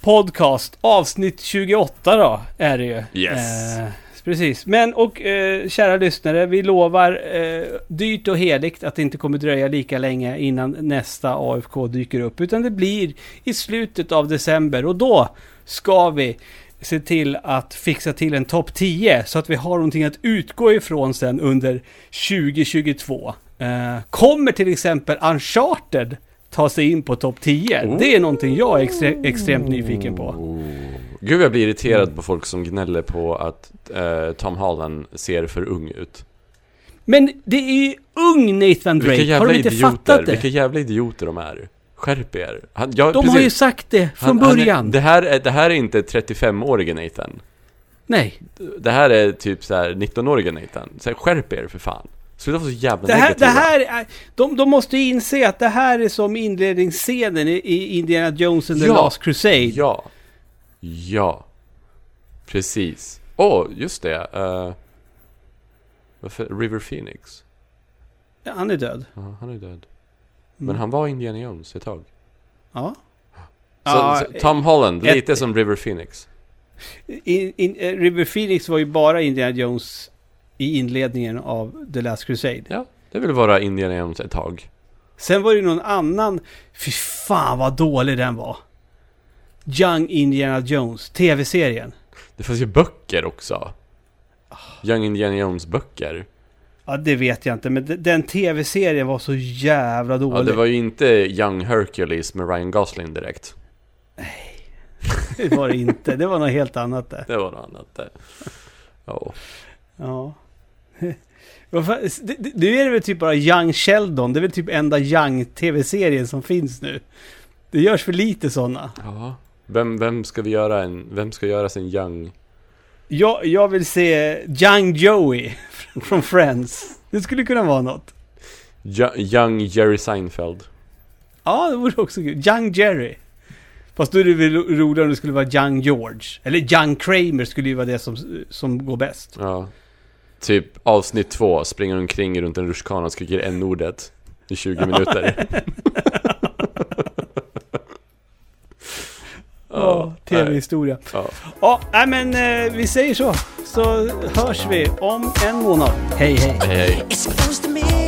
Speaker 1: Podcast. Avsnitt 28 då, är det ju.
Speaker 2: Yes.
Speaker 1: Eh, precis. Men och eh, kära lyssnare, vi lovar eh, dyrt och heligt att det inte kommer dröja lika länge innan nästa AFK dyker upp. Utan det blir i slutet av december och då ska vi se till att fixa till en topp 10 så att vi har någonting att utgå ifrån sen under 2022. Eh, kommer till exempel Uncharted ta sig in på topp 10?
Speaker 2: Oh.
Speaker 1: Det är någonting jag är extre- extremt nyfiken på.
Speaker 2: Gud, jag blir
Speaker 1: Mm.
Speaker 2: irriterad på folk som gnäller på att eh, Tom Holland ser för ung ut.
Speaker 1: Men det är ju ung Nathan
Speaker 2: Vilka
Speaker 1: Drake, har
Speaker 2: jävla
Speaker 1: de inte
Speaker 2: idioter,
Speaker 1: fattat det?
Speaker 2: vilka jävla idioter de är. Skärp er. Han, ja,
Speaker 1: De har ju sagt det från
Speaker 2: Han- han är-
Speaker 1: början.
Speaker 2: det, här är, det här är inte 35-årige Nathan.
Speaker 1: Nej.
Speaker 2: Det här är typ så här 19-årige Nathan. Så här, skärp er för fan. Sluta vara så jävla
Speaker 1: Det här, det
Speaker 2: negativa.
Speaker 1: här är, de, de måste ju inse att det här är som inledningsscenen i, i Indiana Jones and the
Speaker 2: Ja.
Speaker 1: Last Crusade.
Speaker 2: Ja. Ja. Precis. Åh, oh, just det. eh, varför? River Phoenix.
Speaker 1: Han är död.
Speaker 2: Ja, han är död. Men
Speaker 1: Mm.
Speaker 2: han var Indiana Jones ett tag.
Speaker 1: Ja.
Speaker 2: Så,
Speaker 1: Ja,
Speaker 2: så, Tom Holland,
Speaker 1: ett-
Speaker 2: lite som River Phoenix.
Speaker 1: In, in, eh, River Phoenix var ju bara Indiana Jones i inledningen av The Last Crusade.
Speaker 2: Ja, det vill vara Indiana Jones ett tag.
Speaker 1: Sen var det ju någon annan... Fy fan vad dålig den var. Young Indiana Jones, tv-serien.
Speaker 2: Det fanns ju böcker också. Young Indiana Jones böcker.
Speaker 1: Ja, det vet jag inte, men de- den tv-serien var så jävla dålig.
Speaker 2: Ja, det var ju inte Young Hercules med Ryan Gosling direkt.
Speaker 1: Det var det inte. Det var något helt annat där.
Speaker 2: Det var något annat där. Ja.
Speaker 1: Ja. Vad fan, s- det- det- Nu är det väl typ bara Young Sheldon. Det är väl typ enda Young-tv-serien som finns nu. Det görs för lite sådana.
Speaker 2: ja. Vem, vem ska vi göra en... Vem ska göra sin Young...
Speaker 1: Jag, jag vill se Young Joey från Friends. Det skulle kunna vara något.
Speaker 2: Yo- Young Jerry Seinfeld.
Speaker 1: Ja, det vore också kul. Young Jerry. Fast då är det väl roligare om det skulle vara Young George. Eller Young Kramer skulle ju vara det som, som går bäst.
Speaker 2: Ja. Typ avsnitt två, springer omkring runt en rutschkana och skriker n-ordet i 20 minuter.
Speaker 1: Ja, tv-historia.
Speaker 2: Ja.
Speaker 1: Ja, nej men eh, vi säger så. Så hörs vi om en månad. Hej, hej.
Speaker 2: Hej, hej.
Speaker 3: It's close to midnight.